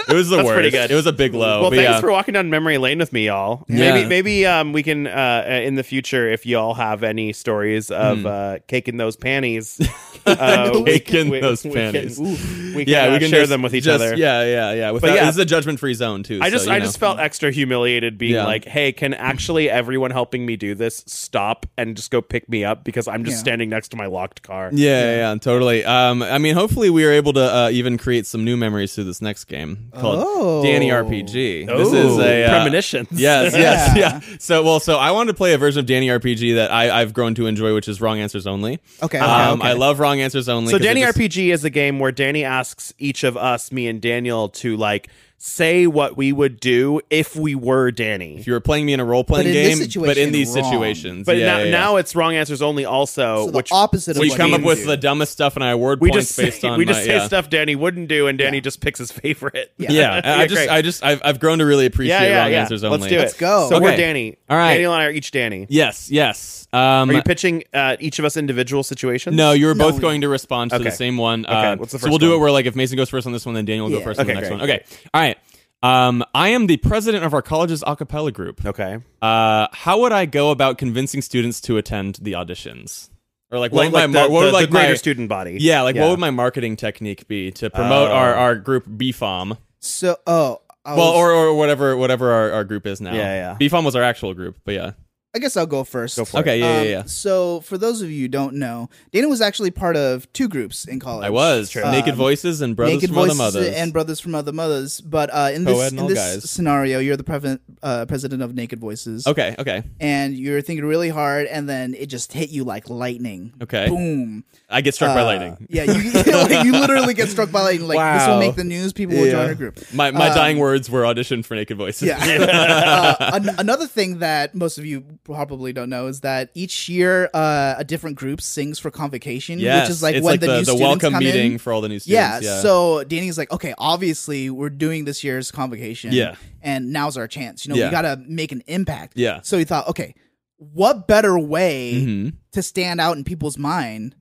Speaker 3: It was the worst.
Speaker 2: pretty good.
Speaker 3: It was a big low.
Speaker 2: well,
Speaker 3: Oh, but
Speaker 2: thanks
Speaker 3: yeah.
Speaker 2: for walking down memory lane with me, y'all.
Speaker 3: Yeah.
Speaker 2: Maybe, maybe um, we can uh, uh, in the future if y'all have any stories of
Speaker 3: Hmm.
Speaker 2: uh, caking those panties, uh,
Speaker 3: Caking those panties.
Speaker 2: we can, we
Speaker 3: yeah,
Speaker 2: can, uh,
Speaker 3: we can
Speaker 2: share
Speaker 3: just-
Speaker 2: them with each
Speaker 3: just-
Speaker 2: other.
Speaker 3: Yeah, yeah, yeah. Without,
Speaker 2: yeah.
Speaker 3: this is a judgment-free zone too.
Speaker 2: I just
Speaker 3: so, you
Speaker 2: I
Speaker 3: know.
Speaker 2: just felt extra humiliated being
Speaker 3: Yeah.
Speaker 2: like, hey, can actually everyone helping me do this stop and just go pick me up because I'm just
Speaker 4: Yeah.
Speaker 2: standing next to my locked car.
Speaker 3: Yeah, yeah, yeah, totally. Um, I mean, hopefully, we are able to uh, even create some new memories through this next game called
Speaker 4: Oh.
Speaker 3: Danny RPG. this
Speaker 2: Ooh,
Speaker 3: is a uh,
Speaker 2: premonitions.
Speaker 3: Yes, yes,
Speaker 4: Yeah.
Speaker 3: yeah. So, well, so I wanted to play a version of Danny RPG that I, I've grown to enjoy, which is Wrong Answers Only.
Speaker 4: Okay, okay,
Speaker 3: um,
Speaker 4: okay.
Speaker 3: I love Wrong Answers Only.
Speaker 2: So
Speaker 3: 'cause it
Speaker 2: Danny
Speaker 3: just-
Speaker 2: RPG is a game where Danny asks each of us, me and Daniel, to like say what we would do if we were Danny.
Speaker 3: If you were playing me in a role
Speaker 4: But
Speaker 3: playing
Speaker 4: in this
Speaker 3: game, but in
Speaker 4: situation,
Speaker 3: these
Speaker 4: wrong.
Speaker 3: situations,
Speaker 2: But
Speaker 3: yeah,
Speaker 2: now,
Speaker 3: yeah, yeah.
Speaker 2: now it's wrong answers only. Also,
Speaker 4: So the
Speaker 2: which
Speaker 4: opposite of
Speaker 3: we
Speaker 4: what
Speaker 3: come
Speaker 4: you
Speaker 3: up with
Speaker 4: do.
Speaker 3: the dumbest stuff, and I award
Speaker 2: we
Speaker 3: points
Speaker 2: just
Speaker 3: based
Speaker 2: say,
Speaker 3: on
Speaker 2: we
Speaker 3: my-
Speaker 2: just say
Speaker 3: yeah.
Speaker 2: stuff Danny wouldn't do, and Danny just picks his favorite.
Speaker 3: Yeah, I- I just,
Speaker 2: great.
Speaker 3: I just, I've, I've grown to really appreciate
Speaker 2: yeah, yeah,
Speaker 3: Wrong
Speaker 2: yeah.
Speaker 3: Answers Only.
Speaker 2: Let's do it.
Speaker 4: Let's go.
Speaker 2: So we're
Speaker 3: Okay.
Speaker 2: Danny.
Speaker 3: All right.
Speaker 2: Daniel and I are each Danny.
Speaker 3: Yes, yes. Um,
Speaker 2: Are you pitching uh, each of us individual situations?
Speaker 3: No, you were
Speaker 4: No,
Speaker 3: both
Speaker 4: we-
Speaker 3: going to respond to
Speaker 2: Okay.
Speaker 3: the same one.
Speaker 2: Okay,
Speaker 3: Uh,
Speaker 2: what's the
Speaker 3: so
Speaker 2: first
Speaker 3: we'll do
Speaker 2: one?
Speaker 3: it where like if Mason goes first on this one, then Daniel will go
Speaker 4: Yeah.
Speaker 3: first on
Speaker 2: Okay,
Speaker 3: the next
Speaker 2: great,
Speaker 3: one. Okay, all right. Um, I am the president of our college's a cappella group.
Speaker 2: Okay.
Speaker 3: Uh, how would I go about convincing students to attend the auditions? Or like,
Speaker 2: Like,
Speaker 3: what would my
Speaker 2: like,
Speaker 3: mar-
Speaker 2: the,
Speaker 3: what
Speaker 2: the,
Speaker 3: would, like
Speaker 2: the greater
Speaker 3: my-
Speaker 2: student body.
Speaker 3: Yeah, like what would my marketing technique be to promote
Speaker 2: Oh.
Speaker 3: our, our group BFOM?
Speaker 4: So oh I
Speaker 3: Well,
Speaker 4: was-
Speaker 3: or, or whatever whatever our, our group is now.
Speaker 2: Yeah, yeah.
Speaker 3: BFOM was our actual group, but yeah.
Speaker 4: I guess I'll go first.
Speaker 2: Go for
Speaker 3: Okay, yeah,
Speaker 4: Um,
Speaker 3: yeah, yeah.
Speaker 4: So, for those of you who don't know, Dana was actually part of two groups in college.
Speaker 3: I was
Speaker 2: True.
Speaker 3: naked
Speaker 4: Um,
Speaker 3: voices and brothers
Speaker 4: Naked
Speaker 3: from other
Speaker 4: Voices
Speaker 3: mothers.
Speaker 4: and Brothers from Other Mothers. But uh, in
Speaker 3: Co-ed
Speaker 4: this,
Speaker 3: and
Speaker 4: in
Speaker 3: all
Speaker 4: this
Speaker 3: guys.
Speaker 4: scenario, you're the preven- uh, president of Naked Voices.
Speaker 3: okay, okay,
Speaker 4: And you're thinking really hard, and then it just hit you like lightning.
Speaker 3: okay.
Speaker 4: Boom.
Speaker 3: I get struck by
Speaker 4: Uh,
Speaker 3: lightning.
Speaker 4: Yeah, you, like, you literally get struck by lightning. Like, this will
Speaker 3: Wow.
Speaker 4: make the news. People will join
Speaker 3: Yeah.
Speaker 4: our group.
Speaker 3: My my dying words were audition for naked voices.
Speaker 4: um, Yeah. uh, an- another thing that most of you probably don't know is that each year uh, a different group sings for convocation,
Speaker 3: Yes,
Speaker 4: which is like
Speaker 3: it's
Speaker 4: when
Speaker 3: like
Speaker 4: the, new
Speaker 3: the,
Speaker 4: students
Speaker 3: welcome
Speaker 4: come
Speaker 3: meeting
Speaker 4: in.
Speaker 3: for all the new
Speaker 4: Yeah,
Speaker 3: students. Yeah,
Speaker 4: so Danny's like, okay, obviously we're doing this year's convocation,
Speaker 3: Yeah.
Speaker 4: and now's our chance. You know,
Speaker 3: Yeah.
Speaker 4: we gotta make an impact.
Speaker 3: Yeah.
Speaker 4: So he thought, okay, what better way
Speaker 3: Mhm.
Speaker 4: to stand out in people's mind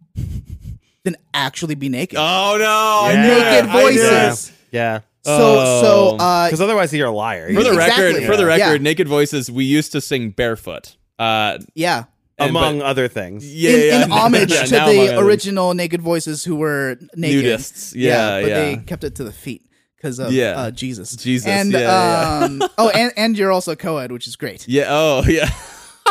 Speaker 4: than actually be naked?
Speaker 3: Oh no!
Speaker 2: Yeah.
Speaker 3: I knew it.
Speaker 4: Naked
Speaker 3: I knew it.
Speaker 4: voices.
Speaker 2: Yeah.
Speaker 4: so,
Speaker 3: Oh.
Speaker 4: so uh,
Speaker 2: Because otherwise you're a liar.
Speaker 3: For the
Speaker 4: Exactly.
Speaker 3: record, for the
Speaker 4: Yeah.
Speaker 3: record, naked voices. We used to sing barefoot. Uh,
Speaker 4: yeah.
Speaker 3: and-
Speaker 2: among
Speaker 3: but-
Speaker 2: other things.
Speaker 3: yeah,
Speaker 4: in,
Speaker 3: yeah.
Speaker 4: in homage
Speaker 3: Yeah,
Speaker 4: to
Speaker 3: now among
Speaker 4: the
Speaker 3: others.
Speaker 4: original naked voices who were naked.
Speaker 3: Nudists. Yeah,
Speaker 4: but they
Speaker 3: yeah.
Speaker 4: kept it to the feet because of
Speaker 3: Yeah.
Speaker 4: uh, Jesus.
Speaker 3: Jesus,
Speaker 4: And
Speaker 3: yeah, yeah,
Speaker 4: um, oh, and, and you're also co-ed, which is great.
Speaker 3: Yeah. Oh, yeah.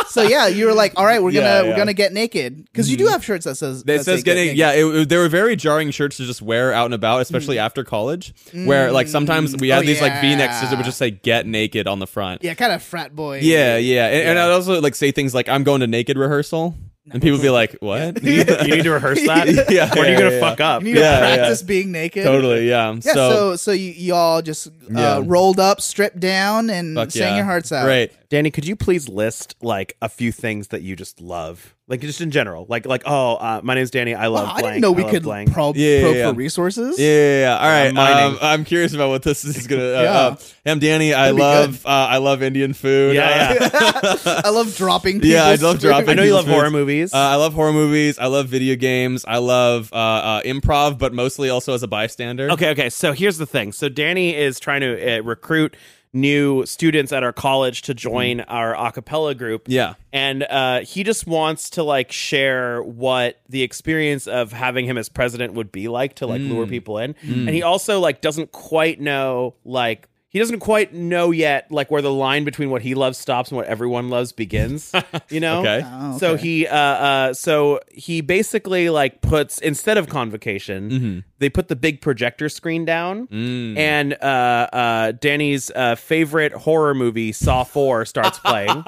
Speaker 4: So yeah, you were like, all right, we're gonna
Speaker 3: Yeah,
Speaker 4: we're
Speaker 3: yeah.
Speaker 4: gonna get naked because you do have shirts that says
Speaker 3: It
Speaker 4: that say
Speaker 3: says
Speaker 4: get
Speaker 3: getting
Speaker 4: naked.
Speaker 3: yeah. It, it- they were very jarring shirts to just wear out and about, especially after college, where like sometimes we
Speaker 4: Oh,
Speaker 3: had these like V-necks that
Speaker 4: yeah.
Speaker 3: would just say "Get naked" on the front.
Speaker 4: yeah, kind of frat boy.
Speaker 3: Yeah, yeah. And, and I'd also like say things like "I'm going to naked rehearsal," and people would be like, "What?"
Speaker 2: You need, to, you need to rehearse that.
Speaker 3: Yeah.
Speaker 2: Or are you gonna
Speaker 3: Yeah, yeah.
Speaker 2: fuck up?
Speaker 4: you need to
Speaker 3: Yeah, yeah.
Speaker 4: practice being naked.
Speaker 3: totally. Yeah.
Speaker 4: Yeah, so so, you, you all just uh,
Speaker 3: Yeah.
Speaker 4: rolled up, stripped down, and
Speaker 3: fuck
Speaker 4: sang
Speaker 3: yeah.
Speaker 4: your hearts out.
Speaker 3: Great.
Speaker 2: Danny, could you please list like a few things that you just love, like just in general, like like oh, uh, my name's Danny. I love.
Speaker 4: Wow, I
Speaker 2: blank.
Speaker 4: didn't know we
Speaker 2: love
Speaker 4: could
Speaker 2: blank.
Speaker 4: probe,
Speaker 3: Yeah, yeah,
Speaker 4: probe
Speaker 3: yeah.
Speaker 4: for resources.
Speaker 3: Yeah, yeah, yeah. All right.
Speaker 2: I'm mining.
Speaker 3: um, I'm curious about what this is gonna. Uh,
Speaker 4: Yeah.
Speaker 3: uh, I'm Danny. I
Speaker 4: That'd be
Speaker 3: love. Uh, I love Indian food.
Speaker 2: Yeah,
Speaker 3: Uh,
Speaker 2: yeah.
Speaker 4: I love dropping.
Speaker 3: Yeah, I
Speaker 4: people's
Speaker 3: love dropping
Speaker 2: I know you love
Speaker 3: Foods.
Speaker 2: horror movies.
Speaker 3: Uh, I love horror movies. I love video games. I love uh, uh, improv, but mostly also as a bystander.
Speaker 2: okay, okay. So here's the thing. So Danny is trying to uh, recruit new students at our college to join our a cappella group.
Speaker 3: Yeah.
Speaker 2: and uh, he just wants to like share what the experience of having him as president would be like to like
Speaker 3: Mm.
Speaker 2: lure people in and he also like doesn't quite know like he doesn't quite know yet like where the line between what he loves stops and what everyone loves begins you know
Speaker 3: Okay.
Speaker 4: Oh,
Speaker 2: so
Speaker 4: okay.
Speaker 2: he uh, uh so he basically like puts instead of convocation
Speaker 3: Mm-hmm.
Speaker 2: they put the big projector screen down
Speaker 3: Mm.
Speaker 2: and uh uh danny's uh favorite horror movie saw 4 starts playing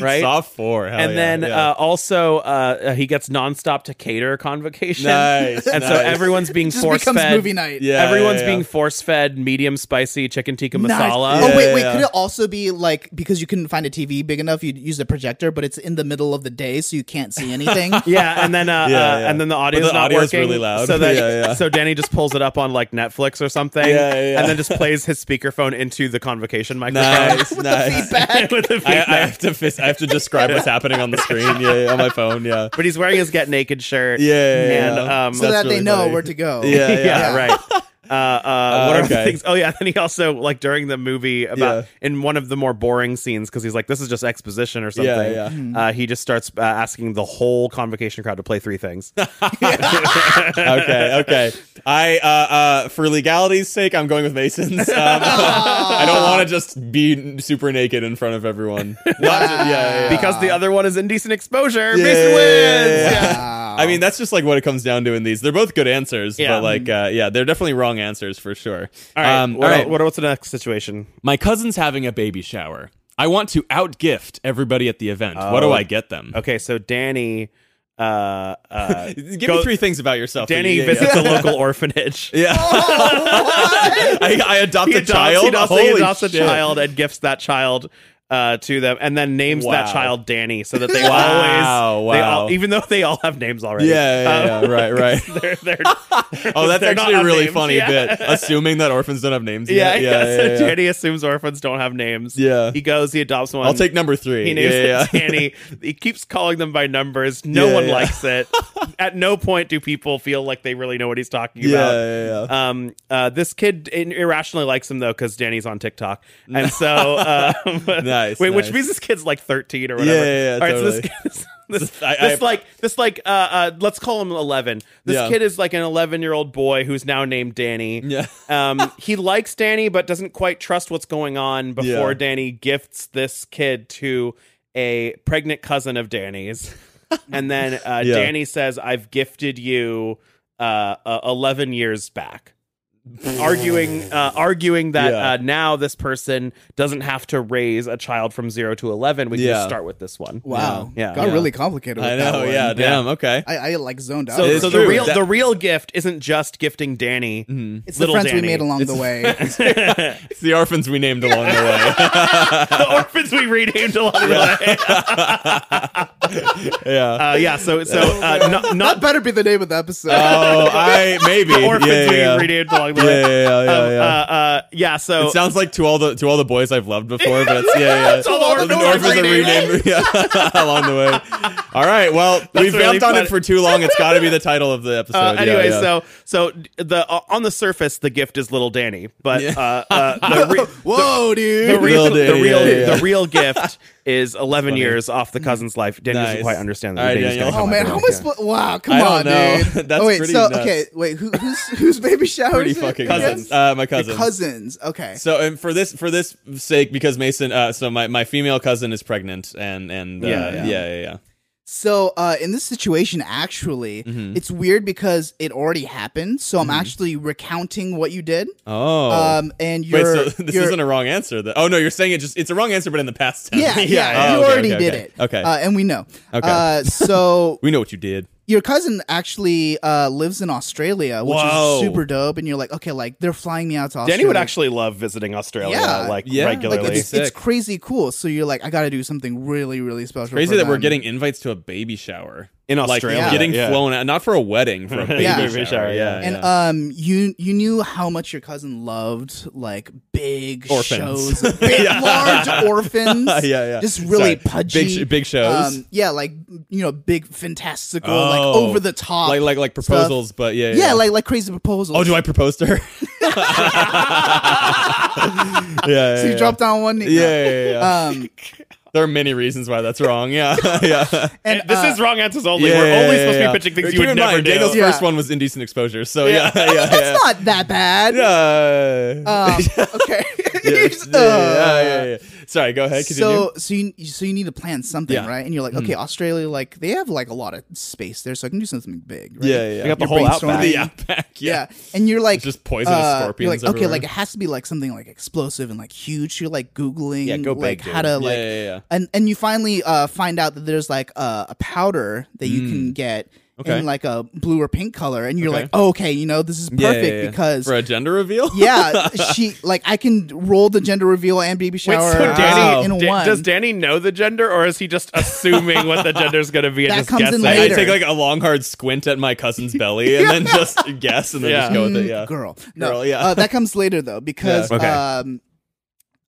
Speaker 2: right
Speaker 3: Saw four. Hell
Speaker 2: and
Speaker 3: Oh, yeah,
Speaker 2: then
Speaker 3: yeah.
Speaker 2: Uh, also uh, uh, he gets nonstop to cater convocation.
Speaker 3: Nice,
Speaker 2: and so
Speaker 3: nice.
Speaker 2: everyone's being
Speaker 4: Just
Speaker 2: force
Speaker 4: becomes
Speaker 2: fed.
Speaker 4: movie night.
Speaker 3: Yeah,
Speaker 2: everyone's
Speaker 3: yeah, yeah.
Speaker 2: being force fed medium spicy chicken tikka
Speaker 4: Nice.
Speaker 2: masala.
Speaker 4: Oh wait,
Speaker 3: Yeah,
Speaker 4: wait.
Speaker 3: yeah.
Speaker 4: Could it also be like because you couldn't find a TV big enough, you'd use a projector, but it's in the middle of the day, so you can't see anything.
Speaker 2: Yeah, and then uh,
Speaker 3: Yeah,
Speaker 2: uh,
Speaker 3: yeah.
Speaker 2: and then the
Speaker 3: But
Speaker 2: audio's
Speaker 3: the
Speaker 2: not
Speaker 3: audio's
Speaker 2: working.
Speaker 3: really loud.
Speaker 2: So that
Speaker 3: Yeah, yeah.
Speaker 2: so Danny just pulls it up on like Netflix or something.
Speaker 3: Yeah, yeah, yeah.
Speaker 2: And then just plays his speakerphone into the convocation microphone.
Speaker 3: nice, nice.
Speaker 2: With the
Speaker 3: I,
Speaker 2: feedback.
Speaker 3: I have to. Fis- I have to describe what's happening on the screen. Yeah, yeah, on my phone. Yeah.
Speaker 2: but he's wearing his get naked shirt.
Speaker 3: Yeah, yeah, yeah.
Speaker 2: And, um,
Speaker 4: so
Speaker 3: That's
Speaker 4: that they
Speaker 3: really
Speaker 4: know
Speaker 3: funny.
Speaker 4: where to go.
Speaker 3: Yeah,
Speaker 2: yeah, right. Uh, uh, what are the
Speaker 3: okay.
Speaker 2: things? Oh yeah, then he also like during the movie about
Speaker 3: Yeah.
Speaker 2: in one of the more boring scenes because he's like this is just exposition or something.
Speaker 3: yeah.
Speaker 2: Uh, he just starts uh, asking the whole convocation crowd to play three things.
Speaker 3: okay, okay. I uh, uh, for legality's sake, I'm going with Masons. Um, I don't want to just be super naked in front of everyone. Not- yeah, yeah, yeah.
Speaker 2: because the other one is indecent exposure.
Speaker 3: Yeah,
Speaker 2: Mason
Speaker 3: yeah,
Speaker 2: wins.
Speaker 3: yeah, yeah.
Speaker 4: Wow.
Speaker 3: I mean, that's just like what it comes down to in these. They're both good answers,
Speaker 2: Um, Yeah.
Speaker 3: but like, uh, yeah, they're definitely wrong answers for sure.
Speaker 2: All right.
Speaker 3: Um,
Speaker 2: what,
Speaker 3: all
Speaker 2: el- what- what's the next situation?
Speaker 3: My cousin's having a baby shower. I want to outgift everybody at the event. what do
Speaker 2: Oh.
Speaker 3: I get them?
Speaker 2: Okay, so Danny, uh, uh,
Speaker 3: Give
Speaker 2: go-
Speaker 3: me three things about yourself. that
Speaker 2: Danny
Speaker 3: you- yeah,
Speaker 2: visits a local orphanage.
Speaker 3: Yeah. I, I adopt
Speaker 2: he
Speaker 3: a
Speaker 2: adopts,
Speaker 3: child.
Speaker 2: He adopts, he
Speaker 3: Holy
Speaker 2: adopts a
Speaker 3: shit.
Speaker 2: child and gifts that child uh, to them, and then names that
Speaker 3: Wow.
Speaker 2: child Danny, so that they
Speaker 3: Wow,
Speaker 2: always, they
Speaker 3: wow.
Speaker 2: all, even though they all have names already.
Speaker 3: Yeah, yeah, yeah, right, right.
Speaker 2: Um, they're, they're,
Speaker 3: Oh, that's
Speaker 2: they're not
Speaker 3: actually a
Speaker 2: on
Speaker 3: really
Speaker 2: names,
Speaker 3: funny
Speaker 2: yeah.
Speaker 3: bit. Assuming that orphans don't have names.
Speaker 2: Yeah,
Speaker 3: yet.
Speaker 2: yeah.
Speaker 3: yeah,
Speaker 2: so
Speaker 3: yeah, yeah.
Speaker 2: Danny assumes orphans don't have names.
Speaker 3: Yeah.
Speaker 2: he goes, he adopts one.
Speaker 3: I'll take number three.
Speaker 2: He names
Speaker 3: yeah,
Speaker 2: it
Speaker 3: yeah.
Speaker 2: Danny. He keeps calling them by numbers. No
Speaker 3: Yeah,
Speaker 2: one
Speaker 3: yeah.
Speaker 2: likes it. At no point do people feel like they really know what he's talking
Speaker 3: Yeah,
Speaker 2: about.
Speaker 3: yeah, yeah.
Speaker 2: Um, uh, this kid in- irrationally likes him though because Danny's on TikTok, and so um,
Speaker 3: Nice,
Speaker 2: Wait, which
Speaker 3: nice.
Speaker 2: means this kid's like thirteen or
Speaker 3: Yeah,
Speaker 2: whatever.
Speaker 3: yeah, yeah,
Speaker 2: All right, so
Speaker 3: totally.
Speaker 2: this this, this,
Speaker 3: I-
Speaker 2: this,
Speaker 3: I-
Speaker 2: like this like uh, uh, let's call him eleven. This
Speaker 3: Yeah.
Speaker 2: kid is like an eleven year old boy who's now named Danny.
Speaker 3: Yeah.
Speaker 2: Um, he likes Danny but doesn't quite trust what's going on before
Speaker 3: Yeah.
Speaker 2: Danny gifts this kid to a pregnant cousin of Danny's, and then uh,
Speaker 3: Yeah.
Speaker 2: Danny says, "I've gifted you uh, uh, eleven years back." arguing uh, arguing that
Speaker 3: Yeah.
Speaker 2: uh, now this person doesn't have to raise a child from 0 to 11 we can
Speaker 3: Yeah.
Speaker 2: just start with this one
Speaker 4: Wow.
Speaker 2: Yeah.
Speaker 4: Got
Speaker 2: Yeah.
Speaker 4: really complicated with
Speaker 3: I
Speaker 4: that
Speaker 3: know.
Speaker 4: one.
Speaker 3: Yeah. Damn. Okay.
Speaker 4: I, I like zoned out.
Speaker 2: so,
Speaker 3: It is
Speaker 2: so the
Speaker 3: true.
Speaker 2: real
Speaker 3: That- Mm-hmm.
Speaker 2: the real gift isn't just gifting danny
Speaker 4: it's the
Speaker 2: little
Speaker 4: friends we
Speaker 2: Danny.
Speaker 4: made along the way.
Speaker 3: It's the orphans we named along the way.
Speaker 2: the orphans we renamed along the way
Speaker 3: yeah.
Speaker 2: uh, yeah so so uh, not,
Speaker 4: that
Speaker 2: not
Speaker 4: better be the name of the episode.
Speaker 3: Oh, I maybe.
Speaker 2: orphans
Speaker 3: yeah, yeah.
Speaker 2: we renamed along the
Speaker 3: yeah,
Speaker 2: way
Speaker 3: yeah, yeah, yeah,
Speaker 2: Um,
Speaker 3: yeah.
Speaker 2: Uh, uh, yeah so
Speaker 3: it sounds like to all the to all the boys I've loved before, but it's yeah, yeah.
Speaker 2: It's all the orphans
Speaker 3: The
Speaker 2: I've
Speaker 3: are renamed
Speaker 2: renamed.
Speaker 3: yeah, along the way. All right, well, we've
Speaker 2: really
Speaker 3: vamped on
Speaker 2: funny.
Speaker 3: it for too long. It's got to be the title of the episode.
Speaker 2: Uh,
Speaker 3: Yeah,
Speaker 2: anyway,
Speaker 3: yeah.
Speaker 2: so so the uh, on the surface the gift is little Danny, but
Speaker 3: Yeah.
Speaker 2: uh, uh, the, re-
Speaker 4: Whoa, dude.
Speaker 2: the real,
Speaker 3: Little
Speaker 2: the
Speaker 3: Danny,
Speaker 2: real,
Speaker 3: yeah, yeah.
Speaker 2: the real gift is eleven years off the cousin's life. Danny
Speaker 3: Nice.
Speaker 2: doesn't quite understand that.
Speaker 3: All right,
Speaker 2: Danny's
Speaker 3: Daniel.
Speaker 2: gonna
Speaker 4: Oh
Speaker 2: come
Speaker 4: man,
Speaker 2: up
Speaker 4: how am
Speaker 2: with
Speaker 4: I
Speaker 2: it.
Speaker 4: supposed? Wow, come
Speaker 3: I don't
Speaker 4: on,
Speaker 3: know.
Speaker 4: dude.
Speaker 3: That's
Speaker 4: oh, wait,
Speaker 3: pretty
Speaker 4: so
Speaker 3: nuts.
Speaker 4: okay, wait, who, who's whose baby shower?
Speaker 3: pretty
Speaker 4: is it
Speaker 3: fucking
Speaker 4: again?
Speaker 3: cousins. Uh, my
Speaker 4: Your
Speaker 3: cousins.
Speaker 4: cousins. Okay.
Speaker 3: So and for this for this sake, because Mason, uh, so my, my female cousin is pregnant, and and uh,
Speaker 2: Yeah,
Speaker 3: yeah,
Speaker 2: yeah.
Speaker 3: yeah, yeah, yeah.
Speaker 4: So uh, in this situation, actually,
Speaker 3: Mm-hmm.
Speaker 4: it's weird because it already happened. So I'm actually recounting what you did.
Speaker 3: Oh,
Speaker 4: Um, and
Speaker 3: wait,
Speaker 4: you're
Speaker 3: so this
Speaker 4: you're-
Speaker 3: isn't a wrong answer. That oh no, you're saying it just it's a wrong answer, but in the past tense.
Speaker 4: yeah, yeah,
Speaker 3: Oh,
Speaker 4: you
Speaker 3: okay,
Speaker 4: already
Speaker 3: okay,
Speaker 4: did
Speaker 3: okay.
Speaker 4: it.
Speaker 3: Okay,
Speaker 4: uh, and we know.
Speaker 3: Okay.
Speaker 4: uh, so
Speaker 3: we know what you did.
Speaker 4: your cousin actually uh, lives in Australia, which
Speaker 3: Whoa.
Speaker 4: is super dope. And you're like, okay, like they're flying me out to Australia.
Speaker 2: Danny would actually love visiting Australia,
Speaker 4: Yeah.
Speaker 2: like
Speaker 3: Yeah. Like,
Speaker 2: regularly.
Speaker 4: Like
Speaker 3: Really?
Speaker 4: it's, it's
Speaker 3: Sick.
Speaker 4: crazy cool. So you're like, I got to do something really, really special.
Speaker 3: Crazy
Speaker 4: for
Speaker 3: that we're
Speaker 4: them.
Speaker 3: getting invites to a baby shower
Speaker 2: In
Speaker 3: Like,
Speaker 2: Australia,
Speaker 3: getting
Speaker 2: yeah.
Speaker 3: flown out, not for a wedding, for a baby,
Speaker 4: Yeah.
Speaker 2: Baby
Speaker 3: shower.
Speaker 2: shower,
Speaker 3: Yeah,
Speaker 4: And
Speaker 3: yeah.
Speaker 4: um, you you knew how much your cousin loved like big
Speaker 3: Orphans.
Speaker 4: shows, big, large orphans.
Speaker 3: Yeah, yeah.
Speaker 4: Just
Speaker 3: Sorry.
Speaker 4: really pudgy, Um,
Speaker 3: Big sh- big shows?
Speaker 4: yeah, like you know, big, fantastical, like
Speaker 3: Oh.
Speaker 4: over the top,
Speaker 3: like like like proposals, but yeah, yeah,
Speaker 4: yeah, like like crazy proposals.
Speaker 3: oh, do I propose to her? yeah, yeah,
Speaker 4: So you
Speaker 3: yeah.
Speaker 4: dropped down on one knee.
Speaker 3: Yeah, yeah, yeah, yeah.
Speaker 4: Um,
Speaker 3: there are many reasons why that's wrong. Yeah, yeah.
Speaker 4: and
Speaker 2: this
Speaker 4: uh,
Speaker 2: is wrong answers only.
Speaker 3: Yeah,
Speaker 2: We're
Speaker 3: yeah,
Speaker 2: only
Speaker 3: yeah,
Speaker 2: supposed
Speaker 3: yeah.
Speaker 2: to be pitching things
Speaker 3: Keep
Speaker 2: you would
Speaker 3: in
Speaker 2: never
Speaker 3: mind,
Speaker 2: do.
Speaker 3: Daniel's
Speaker 4: Yeah.
Speaker 3: first one was indecent exposure, so yeah, yeah, yeah.
Speaker 4: that's not that bad.
Speaker 3: Yeah.
Speaker 4: Um, okay.
Speaker 3: yeah, yeah,
Speaker 4: Here's-
Speaker 3: yeah, yeah, yeah. Sorry, go ahead. Continue.
Speaker 4: So so you so you need to plan something,
Speaker 3: Yeah. Hmm.
Speaker 4: right? And you're like, okay, Australia, like they have like a lot of space there, so I can do something big. Right?
Speaker 3: yeah, yeah, yeah.
Speaker 2: We got the
Speaker 3: You're
Speaker 2: whole
Speaker 4: brainstorming.
Speaker 2: outback.
Speaker 3: the outback.
Speaker 4: Yeah.
Speaker 3: Yeah,
Speaker 4: And you're like uh,
Speaker 3: There's just poisonous
Speaker 4: You're like,
Speaker 3: scorpions
Speaker 4: okay,
Speaker 3: everywhere.
Speaker 4: like it has to be like something like explosive and like huge. You're like googling
Speaker 3: Yeah, go
Speaker 4: like
Speaker 3: big,
Speaker 4: how
Speaker 3: dude.
Speaker 4: to like
Speaker 3: Yeah, yeah, yeah.
Speaker 4: and and you finally uh find out that there's like uh, a powder that you can get
Speaker 3: Mm. Okay.
Speaker 4: in like a blue or pink color and you're
Speaker 3: Okay.
Speaker 4: like, oh, okay, you know, this is perfect
Speaker 3: Yeah, yeah, yeah.
Speaker 4: because
Speaker 3: for a gender reveal.
Speaker 4: yeah, she like I can roll the gender reveal and baby
Speaker 2: Wait,
Speaker 4: shower
Speaker 2: so
Speaker 4: uh,
Speaker 2: Danny,
Speaker 4: in
Speaker 2: Da-
Speaker 4: one.
Speaker 2: does Danny know the gender, or is he just assuming what the gender's going to be and
Speaker 4: That
Speaker 2: just
Speaker 4: comes in
Speaker 2: guessing?
Speaker 3: I, I
Speaker 4: later.
Speaker 3: take like a long hard squint at my cousin's belly and then just guess and then just
Speaker 2: Yeah.
Speaker 3: go with it.
Speaker 4: Mm,
Speaker 3: Yeah.
Speaker 4: girl. No,
Speaker 3: Girl, yeah.
Speaker 4: uh, that comes later though because
Speaker 2: Yeah. Okay.
Speaker 4: um,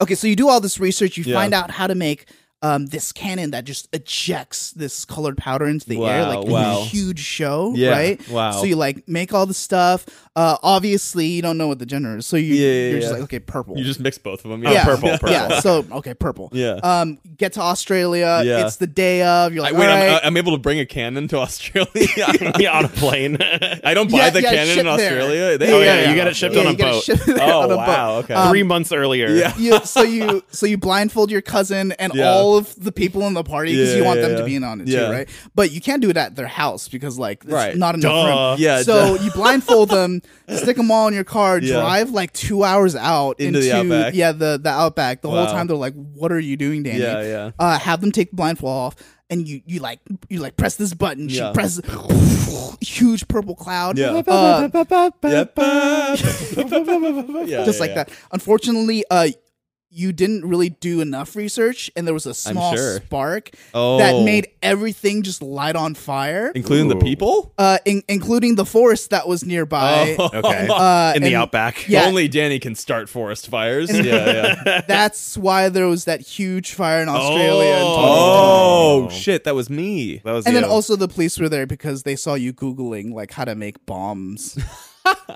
Speaker 4: okay. So you do all this research, you
Speaker 3: Yeah.
Speaker 4: find out how to make um this cannon that just ejects this colored powder into the air,
Speaker 3: Wow,
Speaker 4: like in
Speaker 3: wow.
Speaker 4: a huge show,
Speaker 3: Yeah,
Speaker 4: right?
Speaker 3: wow.
Speaker 4: So you like make all the stuff. Uh, obviously you don't know what the gender is, so you
Speaker 3: Yeah, yeah,
Speaker 4: you're just
Speaker 3: yeah.
Speaker 4: like okay, purple.
Speaker 3: You just mix both of them.
Speaker 2: Oh, purple, purple.
Speaker 4: Yeah, so okay, purple.
Speaker 3: Yeah.
Speaker 4: Um, get to Australia.
Speaker 3: Yeah.
Speaker 4: It's the day of. You're
Speaker 3: I,
Speaker 4: like,
Speaker 3: wait,
Speaker 4: all
Speaker 3: I'm, uh,
Speaker 4: right.
Speaker 3: I'm able to bring a cannon to Australia.
Speaker 2: yeah, on a plane.
Speaker 3: I don't buy
Speaker 4: Yeah,
Speaker 3: the
Speaker 4: yeah,
Speaker 3: cannon
Speaker 4: ship
Speaker 3: in
Speaker 4: there.
Speaker 3: Australia. They-
Speaker 2: Oh, yeah, you get it shipped
Speaker 4: Yeah,
Speaker 2: on a Um,
Speaker 4: you gotta
Speaker 2: boat.
Speaker 4: ship it
Speaker 3: Oh,
Speaker 4: on a boat.
Speaker 3: wow, okay.
Speaker 2: Three months earlier.
Speaker 3: Um, Yeah.
Speaker 4: you, so you so you blindfold your cousin and
Speaker 3: Yeah.
Speaker 4: all of the people in the party because
Speaker 3: Yeah,
Speaker 4: you want
Speaker 3: yeah,
Speaker 4: them
Speaker 3: yeah.
Speaker 4: to be in on it
Speaker 3: Yeah.
Speaker 4: too, right? But you can't do it at their house because like it's
Speaker 3: Right.
Speaker 4: not enough
Speaker 2: Duh.
Speaker 4: room.
Speaker 3: Yeah,
Speaker 4: So you blindfold them, stick them all in your car,
Speaker 3: Yeah.
Speaker 4: drive like two hours out
Speaker 3: Into the outback.
Speaker 4: yeah the the outback. The
Speaker 3: Wow.
Speaker 4: whole time they're like, "What are you doing, Danny?"
Speaker 3: Yeah, yeah.
Speaker 4: Uh, have them take the blindfold off. And you, you like you like press this button.
Speaker 3: Yeah.
Speaker 4: She presses huge purple cloud.
Speaker 3: Yeah.
Speaker 4: Uh,
Speaker 3: Yep. Yeah,
Speaker 4: just
Speaker 3: yeah,
Speaker 4: like
Speaker 3: yeah.
Speaker 4: that. Unfortunately, uh, you didn't really do enough research, and there was a small
Speaker 3: sure.
Speaker 4: spark
Speaker 3: Oh.
Speaker 4: that made everything just light on fire,
Speaker 3: including the
Speaker 2: Ooh.
Speaker 3: people. Oh,
Speaker 4: uh, in- including the forest that was nearby.
Speaker 2: Okay.
Speaker 4: Uh,
Speaker 2: in the
Speaker 4: and
Speaker 2: outback.
Speaker 4: Yeah.
Speaker 3: Only Danny can start forest fires. yeah, yeah.
Speaker 4: That's why there was that huge fire in Australia. in
Speaker 3: Oh shit, that was me.
Speaker 2: That was
Speaker 4: 2020. and then
Speaker 2: you.
Speaker 4: also the police were there because they saw you googling like how to make bombs.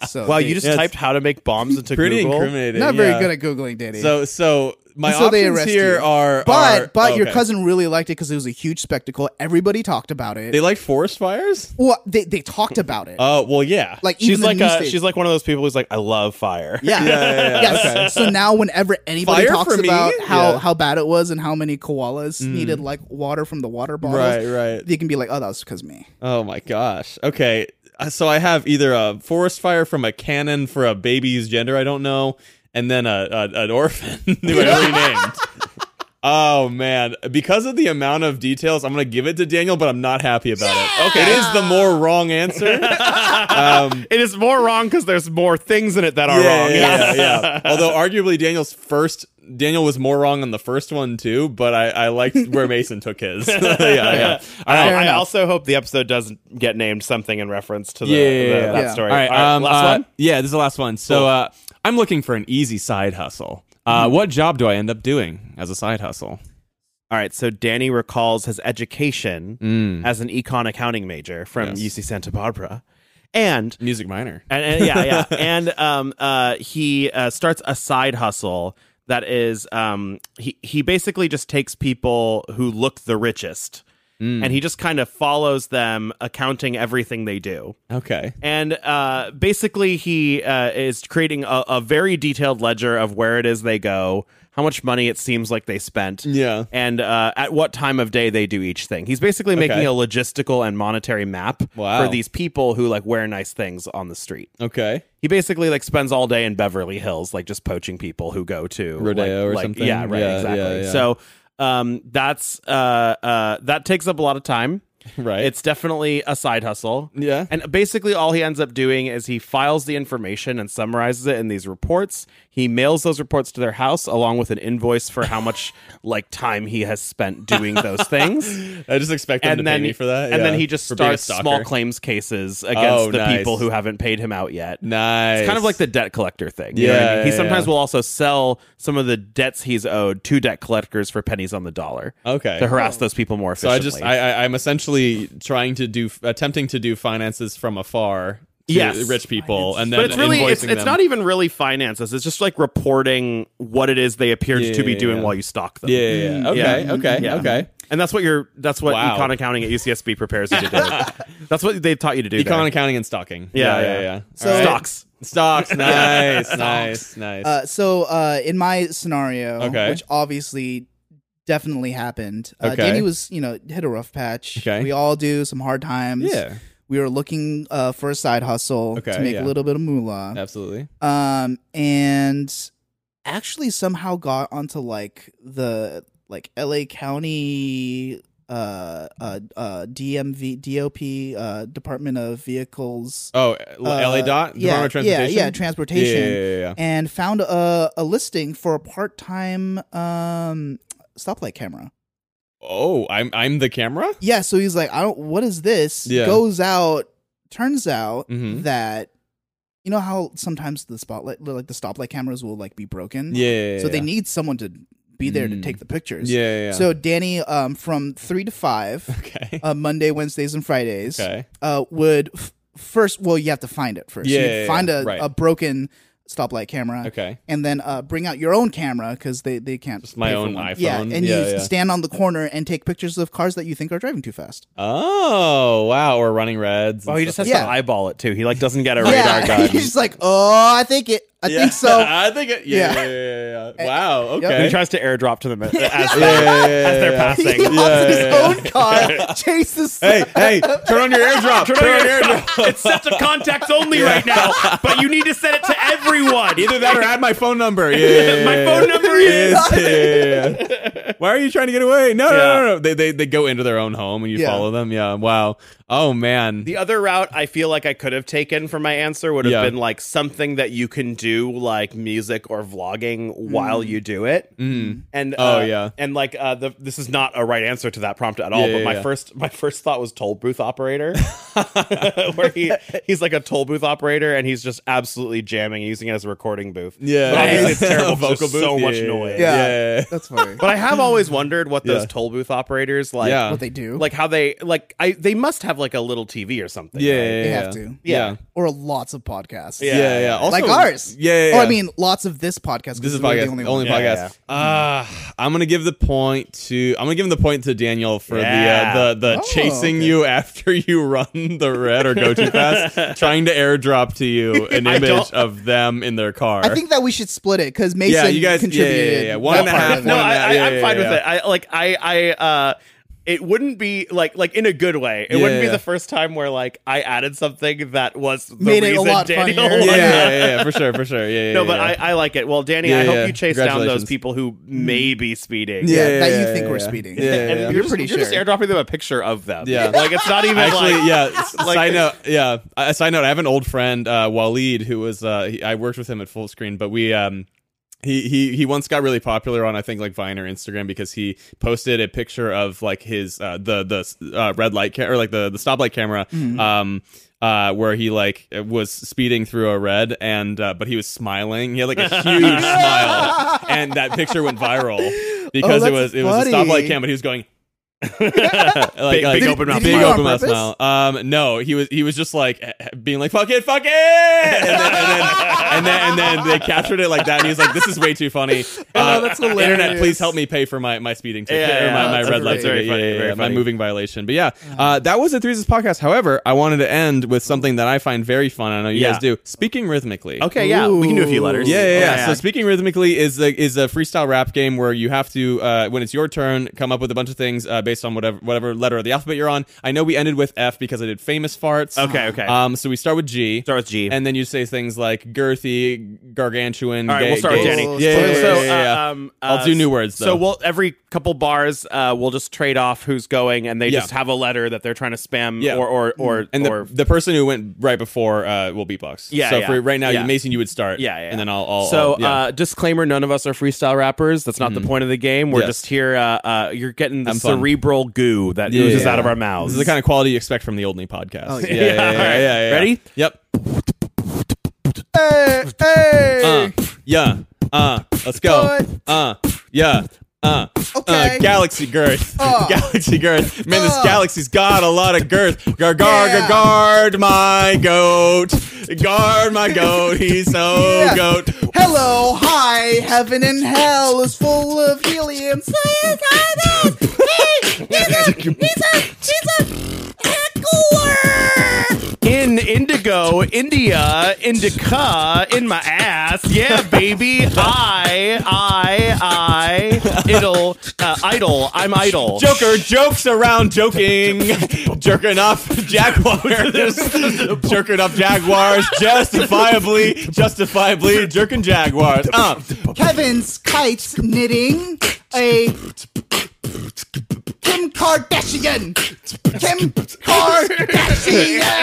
Speaker 4: So
Speaker 2: Wow,
Speaker 4: they-
Speaker 2: you just
Speaker 3: Yeah, it's
Speaker 2: typed how to make bombs into
Speaker 3: Pretty
Speaker 2: Google.
Speaker 3: incriminating.
Speaker 4: not very
Speaker 3: yeah.
Speaker 4: good at googling dating.
Speaker 3: So so my
Speaker 4: And so they
Speaker 3: options
Speaker 4: arrest
Speaker 3: here
Speaker 4: you.
Speaker 3: are
Speaker 4: but
Speaker 3: are-
Speaker 4: but your
Speaker 3: okay.
Speaker 4: cousin really liked it because it was a huge spectacle. Everybody talked about it.
Speaker 3: they like forest fires.
Speaker 4: well, they they talked about it.
Speaker 3: Oh well, yeah.
Speaker 4: like even
Speaker 2: She's
Speaker 4: the
Speaker 2: like
Speaker 4: news
Speaker 2: a,
Speaker 4: station.
Speaker 2: she's like one of those people who's like, I love fire.
Speaker 4: Yeah.
Speaker 3: yeah, yeah,
Speaker 4: Yes.
Speaker 3: okay.
Speaker 4: So now, whenever anybody
Speaker 3: Fire
Speaker 4: talks
Speaker 3: for me?
Speaker 4: about how,
Speaker 3: Yeah. Mm.
Speaker 4: how bad it was and how many koalas needed like water from the water bottles,
Speaker 3: Right, right.
Speaker 4: They can be like, "Oh, that was because me."
Speaker 3: oh my gosh. Okay. Uh, So I have either a forest fire from a cannon for a baby's gender I don't know, and then a, a an orphan who I already named. Oh man! Because of the amount of details, I'm gonna give it to Daniel, but I'm not happy about it. Okay, it is the more wrong answer. um,
Speaker 2: It is more wrong because there's more things in it that are
Speaker 3: yeah,
Speaker 2: wrong.
Speaker 3: Yeah, yeah, yeah. Although arguably Daniel's first Daniel was more wrong on the first one too, but I, I liked where Mason took his. yeah, yeah. All
Speaker 2: I,
Speaker 3: right.
Speaker 2: I
Speaker 4: enough.
Speaker 2: also hope the episode doesn't get named something in reference to the,
Speaker 3: Yeah, yeah,
Speaker 2: the-
Speaker 3: yeah.
Speaker 2: that
Speaker 4: Yeah.
Speaker 2: story.
Speaker 3: All right, um,
Speaker 2: last
Speaker 3: uh,
Speaker 2: one.
Speaker 3: Yeah, this is the last one. So uh, I'm looking for an easy side hustle. Uh, What job do I end up doing as a side hustle?
Speaker 2: All right, so Danny recalls his education as an econ accounting major from
Speaker 3: Yes.
Speaker 2: UC Santa Barbara, and
Speaker 3: Music minor.
Speaker 2: and, and- yeah, yeah, and um, uh, he uh, starts a side hustle that is um, he he basically just takes people who look the richest, and he just kind of follows them, accounting everything they do.
Speaker 3: Okay.
Speaker 2: And uh, basically, he uh, is creating a, a very detailed ledger of where it is they go, how much money it seems like they spent,
Speaker 3: Yeah.
Speaker 2: and uh, at what time of day they do each thing. He's basically making
Speaker 3: Okay.
Speaker 2: a logistical and monetary map
Speaker 3: Wow.
Speaker 2: for these people who like wear nice things on the street.
Speaker 3: Okay.
Speaker 2: He basically like spends all day in Beverly Hills, like just poaching people who go to
Speaker 3: Rodeo
Speaker 2: like,
Speaker 3: or
Speaker 2: like-
Speaker 3: something?
Speaker 2: Yeah, right,
Speaker 3: Yeah,
Speaker 2: exactly.
Speaker 3: yeah, yeah.
Speaker 2: So um, that's uh, uh, that takes up a lot of time.
Speaker 3: Right.
Speaker 2: It's definitely a side hustle.
Speaker 3: Yeah.
Speaker 2: And basically, all he ends up doing is he files the information and summarizes it in these reports. He mails those reports to their house along with an invoice for how much like time he has spent doing those things.
Speaker 3: I just expect them to
Speaker 2: And then,
Speaker 3: pay me for that.
Speaker 2: and
Speaker 3: yeah,
Speaker 2: then he just
Speaker 3: for being a
Speaker 2: starts
Speaker 3: stalker.
Speaker 2: small claims cases against
Speaker 3: Oh,
Speaker 2: the
Speaker 3: nice.
Speaker 2: people who haven't paid him out yet.
Speaker 3: Nice.
Speaker 2: It's kind of like the debt collector thing. You know what I
Speaker 3: Yeah,
Speaker 2: mean? He
Speaker 3: yeah,
Speaker 2: sometimes
Speaker 3: yeah.
Speaker 2: will also sell some of the debts he's owed to debt collectors for pennies on the dollar
Speaker 3: Okay. Oh.
Speaker 2: to harass those people more
Speaker 3: So I
Speaker 2: efficiently.
Speaker 3: just I, I I'm essentially trying to do attempting to do finances from afar. To
Speaker 2: Yes.
Speaker 3: rich people, and then
Speaker 2: but it's really it's,
Speaker 3: invoicing
Speaker 2: it's
Speaker 3: them.
Speaker 2: not e- even really finances it's just like reporting what it is they appear
Speaker 3: Yeah,
Speaker 2: to be
Speaker 3: yeah,
Speaker 2: doing
Speaker 3: yeah.
Speaker 2: while you stalk them
Speaker 3: Yeah, yeah,
Speaker 4: Mm,
Speaker 3: yeah. Okay,
Speaker 2: Yeah.
Speaker 3: okay,
Speaker 2: Yeah.
Speaker 3: okay.
Speaker 2: and that's what you're that's what
Speaker 3: Wow.
Speaker 2: econ accounting at E ucsb prepares you to do that's what they taught you to do
Speaker 3: Econ
Speaker 2: there.
Speaker 3: accounting and stocking.
Speaker 2: Yeah, yeah.
Speaker 4: So-
Speaker 3: All
Speaker 2: stocks
Speaker 3: Stocks. Nice, nice, nice.
Speaker 4: Uh, so uh, in my scenario,
Speaker 3: Okay.
Speaker 4: which obviously definitely happened, uh,
Speaker 3: Okay.
Speaker 4: Danny was you know hit a rough patch.
Speaker 3: Okay.
Speaker 4: We all do some hard times.
Speaker 3: yeah,
Speaker 4: We were looking uh, for a side hustle
Speaker 3: Okay,
Speaker 4: to make
Speaker 3: yeah.
Speaker 4: a little bit of moolah.
Speaker 3: absolutely.
Speaker 4: um and actually somehow got onto like the like LA County uh uh uh DMV DOP uh Department of Vehicles
Speaker 3: Oh, LA
Speaker 4: uh,
Speaker 3: dot.
Speaker 4: yeah,
Speaker 3: Department of Transportation.
Speaker 4: yeah yeah transportation
Speaker 3: Yeah, yeah, yeah, yeah.
Speaker 4: and found a a listing for a part-time um stoplight camera
Speaker 3: Oh, I'm I'm the camera.
Speaker 4: yeah so he's like I don't what is this
Speaker 3: Yeah.
Speaker 4: goes out turns out
Speaker 3: Mhm.
Speaker 4: that you know how sometimes the spotlight like the stoplight cameras will like be broken
Speaker 3: Yeah. yeah, yeah
Speaker 4: Mm-hmm. so they
Speaker 3: yeah.
Speaker 4: need someone to be there to
Speaker 3: Mm.
Speaker 4: take the pictures.
Speaker 3: Yeah, yeah, yeah.
Speaker 4: So Danny, um, from three to five,
Speaker 3: okay.
Speaker 4: uh, Monday, Wednesdays, and Fridays,
Speaker 3: okay.
Speaker 4: uh, would f- first. Well, you have to find it first.
Speaker 3: Yeah,
Speaker 4: you
Speaker 3: yeah,
Speaker 4: find
Speaker 3: yeah,
Speaker 4: a,
Speaker 3: right.
Speaker 4: a broken stoplight camera.
Speaker 3: Okay.
Speaker 4: And then uh, bring out your own camera because they, they can't.
Speaker 3: Just my
Speaker 4: pay for
Speaker 3: own
Speaker 4: one.
Speaker 3: iPhone.
Speaker 4: Yeah, and
Speaker 3: Yeah,
Speaker 4: you
Speaker 3: yeah.
Speaker 4: stand on the corner and take pictures of cars that you think are driving too fast.
Speaker 3: Oh wow, or running reds. and
Speaker 2: oh he
Speaker 3: stuff
Speaker 2: just has
Speaker 4: Yeah.
Speaker 2: to eyeball it too he like doesn't get a radar
Speaker 4: yeah,
Speaker 2: gun
Speaker 4: he's like, oh, I think it. I
Speaker 3: like-
Speaker 4: think so.
Speaker 3: I think it. Yeah.
Speaker 4: Yeah. Eh,
Speaker 3: yeah, yeah, yeah, yeah. Wow.
Speaker 2: and
Speaker 3: Okay.
Speaker 2: he tries to airdrop to them as, as
Speaker 3: Yeah, yeah, yeah,
Speaker 2: they're
Speaker 3: yeah.
Speaker 4: He
Speaker 2: passing
Speaker 4: hops
Speaker 3: Yeah,
Speaker 4: in his
Speaker 3: yeah,
Speaker 4: own car, chases.
Speaker 3: Hey, hey! Turn on your airdrop. Turn on your airdrop.
Speaker 2: it's set to contacts only right now but you need to set it to everyone
Speaker 3: Either that or add my phone number. Yeah, yeah, yeah,
Speaker 2: My
Speaker 3: yeah.
Speaker 2: phone number is-
Speaker 3: Yeah, yeah, yeah. Why are you trying to get away? No,
Speaker 2: Yeah.
Speaker 3: no, no, no. They, they they go into their own home and you
Speaker 4: Yeah.
Speaker 3: follow them. Yeah. Wow. Oh man.
Speaker 2: The other route I feel like I could have taken for my answer would have
Speaker 3: Yeah.
Speaker 2: been like something that you can do like music or vlogging while you do it. Mm. And
Speaker 3: Oh,
Speaker 2: uh,
Speaker 3: yeah.
Speaker 2: and like uh, the, this is not a right answer to that prompt at all.
Speaker 3: Yeah,
Speaker 2: but
Speaker 3: yeah,
Speaker 2: my
Speaker 3: yeah.
Speaker 2: first my first thought was toll booth operator, where he he's like a toll booth operator and he's just absolutely jamming, using it as a recording booth.
Speaker 3: yeah.
Speaker 2: but obviously
Speaker 3: yeah.
Speaker 2: it's terrible. Vocal
Speaker 3: Vocal booth.
Speaker 2: So
Speaker 3: Yeah,
Speaker 2: much
Speaker 3: yeah,
Speaker 2: noise.
Speaker 4: Yeah.
Speaker 3: Yeah.
Speaker 4: That's funny.
Speaker 2: But I have always wondered what those
Speaker 3: Yeah.
Speaker 2: toll booth operators like,
Speaker 3: Yeah.
Speaker 4: what they do.
Speaker 2: like how they like. I they must have like a little TV or something.
Speaker 3: yeah,
Speaker 2: right?
Speaker 3: yeah,
Speaker 4: they
Speaker 3: yeah.
Speaker 4: have to.
Speaker 3: Yeah.
Speaker 4: Or lots of podcasts.
Speaker 3: Yeah, yeah. yeah. Also,
Speaker 4: Like ours.
Speaker 3: Yeah, yeah,
Speaker 4: Oh, I
Speaker 3: yeah.
Speaker 4: mean, lots of this podcast. 'cause
Speaker 3: This is
Speaker 4: we're
Speaker 3: podcast.
Speaker 4: The only,
Speaker 3: only,
Speaker 4: one.
Speaker 2: Yeah,
Speaker 3: podcast. Uh, I'm gonna give the point to I'm gonna give him the point to Daniel for
Speaker 2: Yeah.
Speaker 3: the uh, the the
Speaker 4: Oh,
Speaker 3: chasing
Speaker 4: okay.
Speaker 3: you after you run the red or go too fast, trying to airdrop to you an
Speaker 2: I
Speaker 3: image
Speaker 2: don't-
Speaker 3: of them in their car.
Speaker 4: I think that we should split it because Mason
Speaker 3: yeah, you guys. Yeah, yeah,
Speaker 4: contributed.
Speaker 3: yeah, yeah. One and a
Speaker 4: that part
Speaker 3: half.
Speaker 4: of
Speaker 3: one
Speaker 2: No,
Speaker 3: and a half.
Speaker 2: I,
Speaker 3: Yeah,
Speaker 2: I, I'm
Speaker 3: yeah,
Speaker 2: fine
Speaker 3: yeah.
Speaker 2: with it. I like I I uh it wouldn't be like like in a good way. It
Speaker 3: Yeah,
Speaker 2: wouldn't
Speaker 3: yeah.
Speaker 2: be the first time where like I added something that was the
Speaker 4: Made it a
Speaker 2: reason
Speaker 4: lot
Speaker 2: Daniel.
Speaker 4: funnier.
Speaker 2: won.
Speaker 3: Yeah, yeah, yeah, yeah, for sure, for sure. Yeah, yeah.
Speaker 2: No, but
Speaker 3: yeah.
Speaker 2: I, I like it. Well, Danny,
Speaker 3: Yeah,
Speaker 2: I hope
Speaker 3: yeah.
Speaker 2: you chase down those
Speaker 3: Congratulations.
Speaker 2: people who may be speeding.
Speaker 4: Yeah,
Speaker 3: yeah,
Speaker 4: that you
Speaker 3: yeah,
Speaker 4: think we're
Speaker 3: yeah.
Speaker 4: speeding.
Speaker 3: Yeah, yeah,
Speaker 2: And
Speaker 3: yeah.
Speaker 2: you're,
Speaker 4: You're
Speaker 2: just,
Speaker 4: pretty
Speaker 2: you're just
Speaker 4: sure.
Speaker 2: airdropping them a picture of them.
Speaker 3: Yeah.
Speaker 2: like it's not even
Speaker 3: Actually,
Speaker 2: like
Speaker 3: yeah. s-
Speaker 2: like-
Speaker 3: side note, yeah. A a side note, I have an old friend, uh, Waleed, who was uh, he, I worked with him at Full Screen, but we um, he he he once got really popular on I think like Vine or Instagram because he posted a picture of like his uh, the the uh, red light ca- or like the the stoplight camera. Um, uh, where he like was speeding through a red and uh, but he was smiling. He had like a huge smile, and that picture went viral because it
Speaker 4: that's
Speaker 3: was it was a
Speaker 4: funny.
Speaker 3: stoplight cam, but he was going like,
Speaker 2: Oh, Big-
Speaker 3: like-
Speaker 2: big Did- open mouth
Speaker 4: did he
Speaker 3: big
Speaker 4: do it
Speaker 3: open
Speaker 4: on
Speaker 3: mouth
Speaker 4: purpose?
Speaker 3: smile. Um, no, he was he was just like eh, eh, being like fuck it, fuck it, and then and then, and then and then they captured it like that, and he was like, this is way too funny. Uh,
Speaker 4: that's
Speaker 3: Internet,
Speaker 4: hilarious.
Speaker 3: please help me pay for my my speeding ticket
Speaker 2: Yeah,
Speaker 3: or
Speaker 2: yeah,
Speaker 3: my, my
Speaker 2: that's
Speaker 3: red light
Speaker 2: very
Speaker 3: ticket, yeah,
Speaker 2: funny,
Speaker 3: yeah,
Speaker 2: very
Speaker 3: yeah, my
Speaker 2: funny.
Speaker 3: moving violation. But yeah, uh, that was the Threeses podcast. However, I wanted to end with something that I find very fun. I know you
Speaker 2: Yeah.
Speaker 3: guys do speaking rhythmically.
Speaker 2: okay, yeah, we can do a few letters.
Speaker 3: Yeah, yeah, yeah.
Speaker 2: Okay.
Speaker 3: So speaking rhythmically is a, is a freestyle rap game where you have to uh, when it's your turn come up with a bunch of things uh, based on whatever whatever letter of the alphabet you're on. I know we ended with F because I did famous farts.
Speaker 2: Okay, okay.
Speaker 3: Um, so we start with G.
Speaker 2: Start with G.
Speaker 3: and then you say things like girthy, gargantuan.
Speaker 2: All right, we'll start with
Speaker 4: gays.
Speaker 2: Danny.
Speaker 4: Oh,
Speaker 3: Yeah, yeah, yeah,
Speaker 4: spoilers.
Speaker 2: so,
Speaker 3: yeah, yeah, yeah.
Speaker 2: uh, um, uh,
Speaker 3: I'll do new words though.
Speaker 2: So we'll every couple bars, uh, we'll just trade off who's going, and they
Speaker 3: Yeah.
Speaker 2: just have a letter that they're trying to spam
Speaker 3: Yeah. Mm.
Speaker 2: or or or
Speaker 3: and the,
Speaker 2: or
Speaker 3: the person who went right before uh, will beatbox.
Speaker 2: Yeah,
Speaker 3: So
Speaker 2: yeah.
Speaker 3: for right now,
Speaker 2: Yeah.
Speaker 3: Mason, you would start.
Speaker 2: Yeah, yeah.
Speaker 3: And then I'll. I'll
Speaker 2: so,
Speaker 3: I'll- yeah. Mm-hmm.
Speaker 2: uh, disclaimer: none of us are freestyle rappers. That's not the point of the game. We're
Speaker 3: Yes.
Speaker 2: just here. Uh, uh, you're getting the
Speaker 3: I'm fun.
Speaker 2: cerebral goo that
Speaker 3: Yeah.
Speaker 2: oozes out of our mouths.
Speaker 3: This is the kind of quality you expect from the Oldney podcast.
Speaker 4: Oh, yeah.
Speaker 3: Yeah, yeah, yeah, yeah, yeah, yeah.
Speaker 2: Ready?
Speaker 3: Yep.
Speaker 4: Hey,
Speaker 3: Uh,
Speaker 4: hey.
Speaker 3: yeah. Uh, let's go. Uh, yeah. Uh, uh,
Speaker 4: Okay.
Speaker 3: galaxy girth,
Speaker 4: Uh.
Speaker 3: galaxy girth. Man, this
Speaker 4: Uh.
Speaker 3: galaxy's got a lot of girth. Gar gar gar
Speaker 4: Yeah.
Speaker 3: guard my goat, guard my goat. He's so
Speaker 4: Yeah.
Speaker 3: goat.
Speaker 4: Hello, hi, heaven and hell is full of helium. Science, science, hey, he's a, he's a, he's a heckler.
Speaker 2: in indigo, India, indica, in my ass. Yeah, baby. I, I, I, idle, uh, idle. I'm idle.
Speaker 3: Joker jokes around joking, jerking off jaguars, jerking off jaguars, justifiably, justifiably jerking jaguars. Uh,
Speaker 4: Kevin's kites knitting a Kim Kardashian. Kim Kardashian.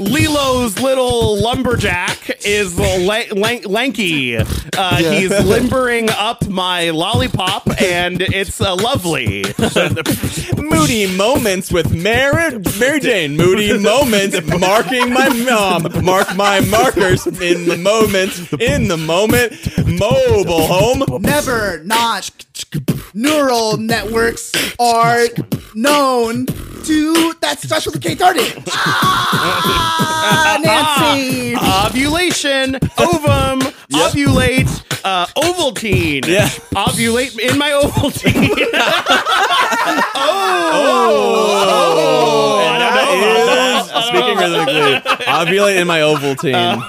Speaker 2: Lilo's little lumberjack is la- lan- lanky. Uh, He's limbering up my lollipop, and it's uh, lovely.
Speaker 3: Moody moments with Mary, Mary Jane. Moody moments marking my mom. Mark my markers in the moment. In the moment. Mobile home.
Speaker 4: Never not neural networks are known to that starts with a K Darty. Ah, Nancy.
Speaker 2: Ovulation, ovum, ovulate, uh, Ovaltine.
Speaker 3: Yeah.
Speaker 2: Ovulate in my Ovaltine.
Speaker 3: Oh, and
Speaker 2: I don't know
Speaker 3: that
Speaker 2: about
Speaker 3: is
Speaker 2: that. Oh. I
Speaker 3: speaking
Speaker 2: don't
Speaker 3: rhythmically. Ovulate in my oval team.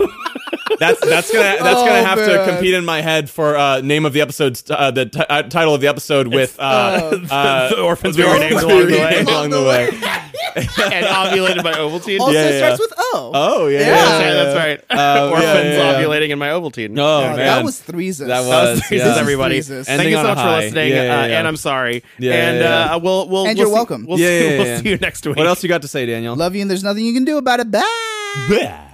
Speaker 3: That's that's gonna that's gonna
Speaker 4: Oh,
Speaker 3: have
Speaker 4: man.
Speaker 3: to compete in my head for uh, name of the episode uh, the t- uh, title of the episode with uh, uh,
Speaker 2: the orphans
Speaker 3: the
Speaker 2: we were
Speaker 3: orphans
Speaker 2: named along
Speaker 3: we
Speaker 2: the
Speaker 3: were
Speaker 2: way.
Speaker 3: named along the way.
Speaker 2: and ovulated in my Ovaltine.
Speaker 4: Also
Speaker 2: yeah.
Speaker 3: yeah, yeah.
Speaker 4: starts with O.
Speaker 3: Oh yeah,
Speaker 4: Yeah.
Speaker 2: That's right. That's right.
Speaker 3: Uh,
Speaker 2: Orphans
Speaker 3: yeah, yeah, yeah.
Speaker 2: ovulating in my Ovaltine.
Speaker 3: Oh,
Speaker 4: Oh,
Speaker 3: man.
Speaker 4: that was threeses.
Speaker 3: That
Speaker 2: That was
Speaker 3: was,
Speaker 2: Threeses,
Speaker 3: yeah.
Speaker 2: everybody.
Speaker 4: Threeses.
Speaker 2: Thank you so
Speaker 3: Ending on
Speaker 2: much
Speaker 3: a
Speaker 2: for
Speaker 3: high.
Speaker 2: listening,
Speaker 3: Yeah, yeah,
Speaker 2: uh,
Speaker 3: yeah.
Speaker 2: and I'm sorry.
Speaker 3: Yeah,
Speaker 2: and
Speaker 3: yeah, yeah.
Speaker 2: Uh, we'll we'll we'll
Speaker 4: And you're
Speaker 2: see-
Speaker 4: welcome.
Speaker 2: We'll,
Speaker 3: Yeah,
Speaker 2: see,
Speaker 3: yeah,
Speaker 2: we'll
Speaker 3: yeah.
Speaker 2: see you next week.
Speaker 3: What else you got to say, Daniel?
Speaker 4: Love you, and there's nothing you can do about it. Bye.
Speaker 3: Bleh.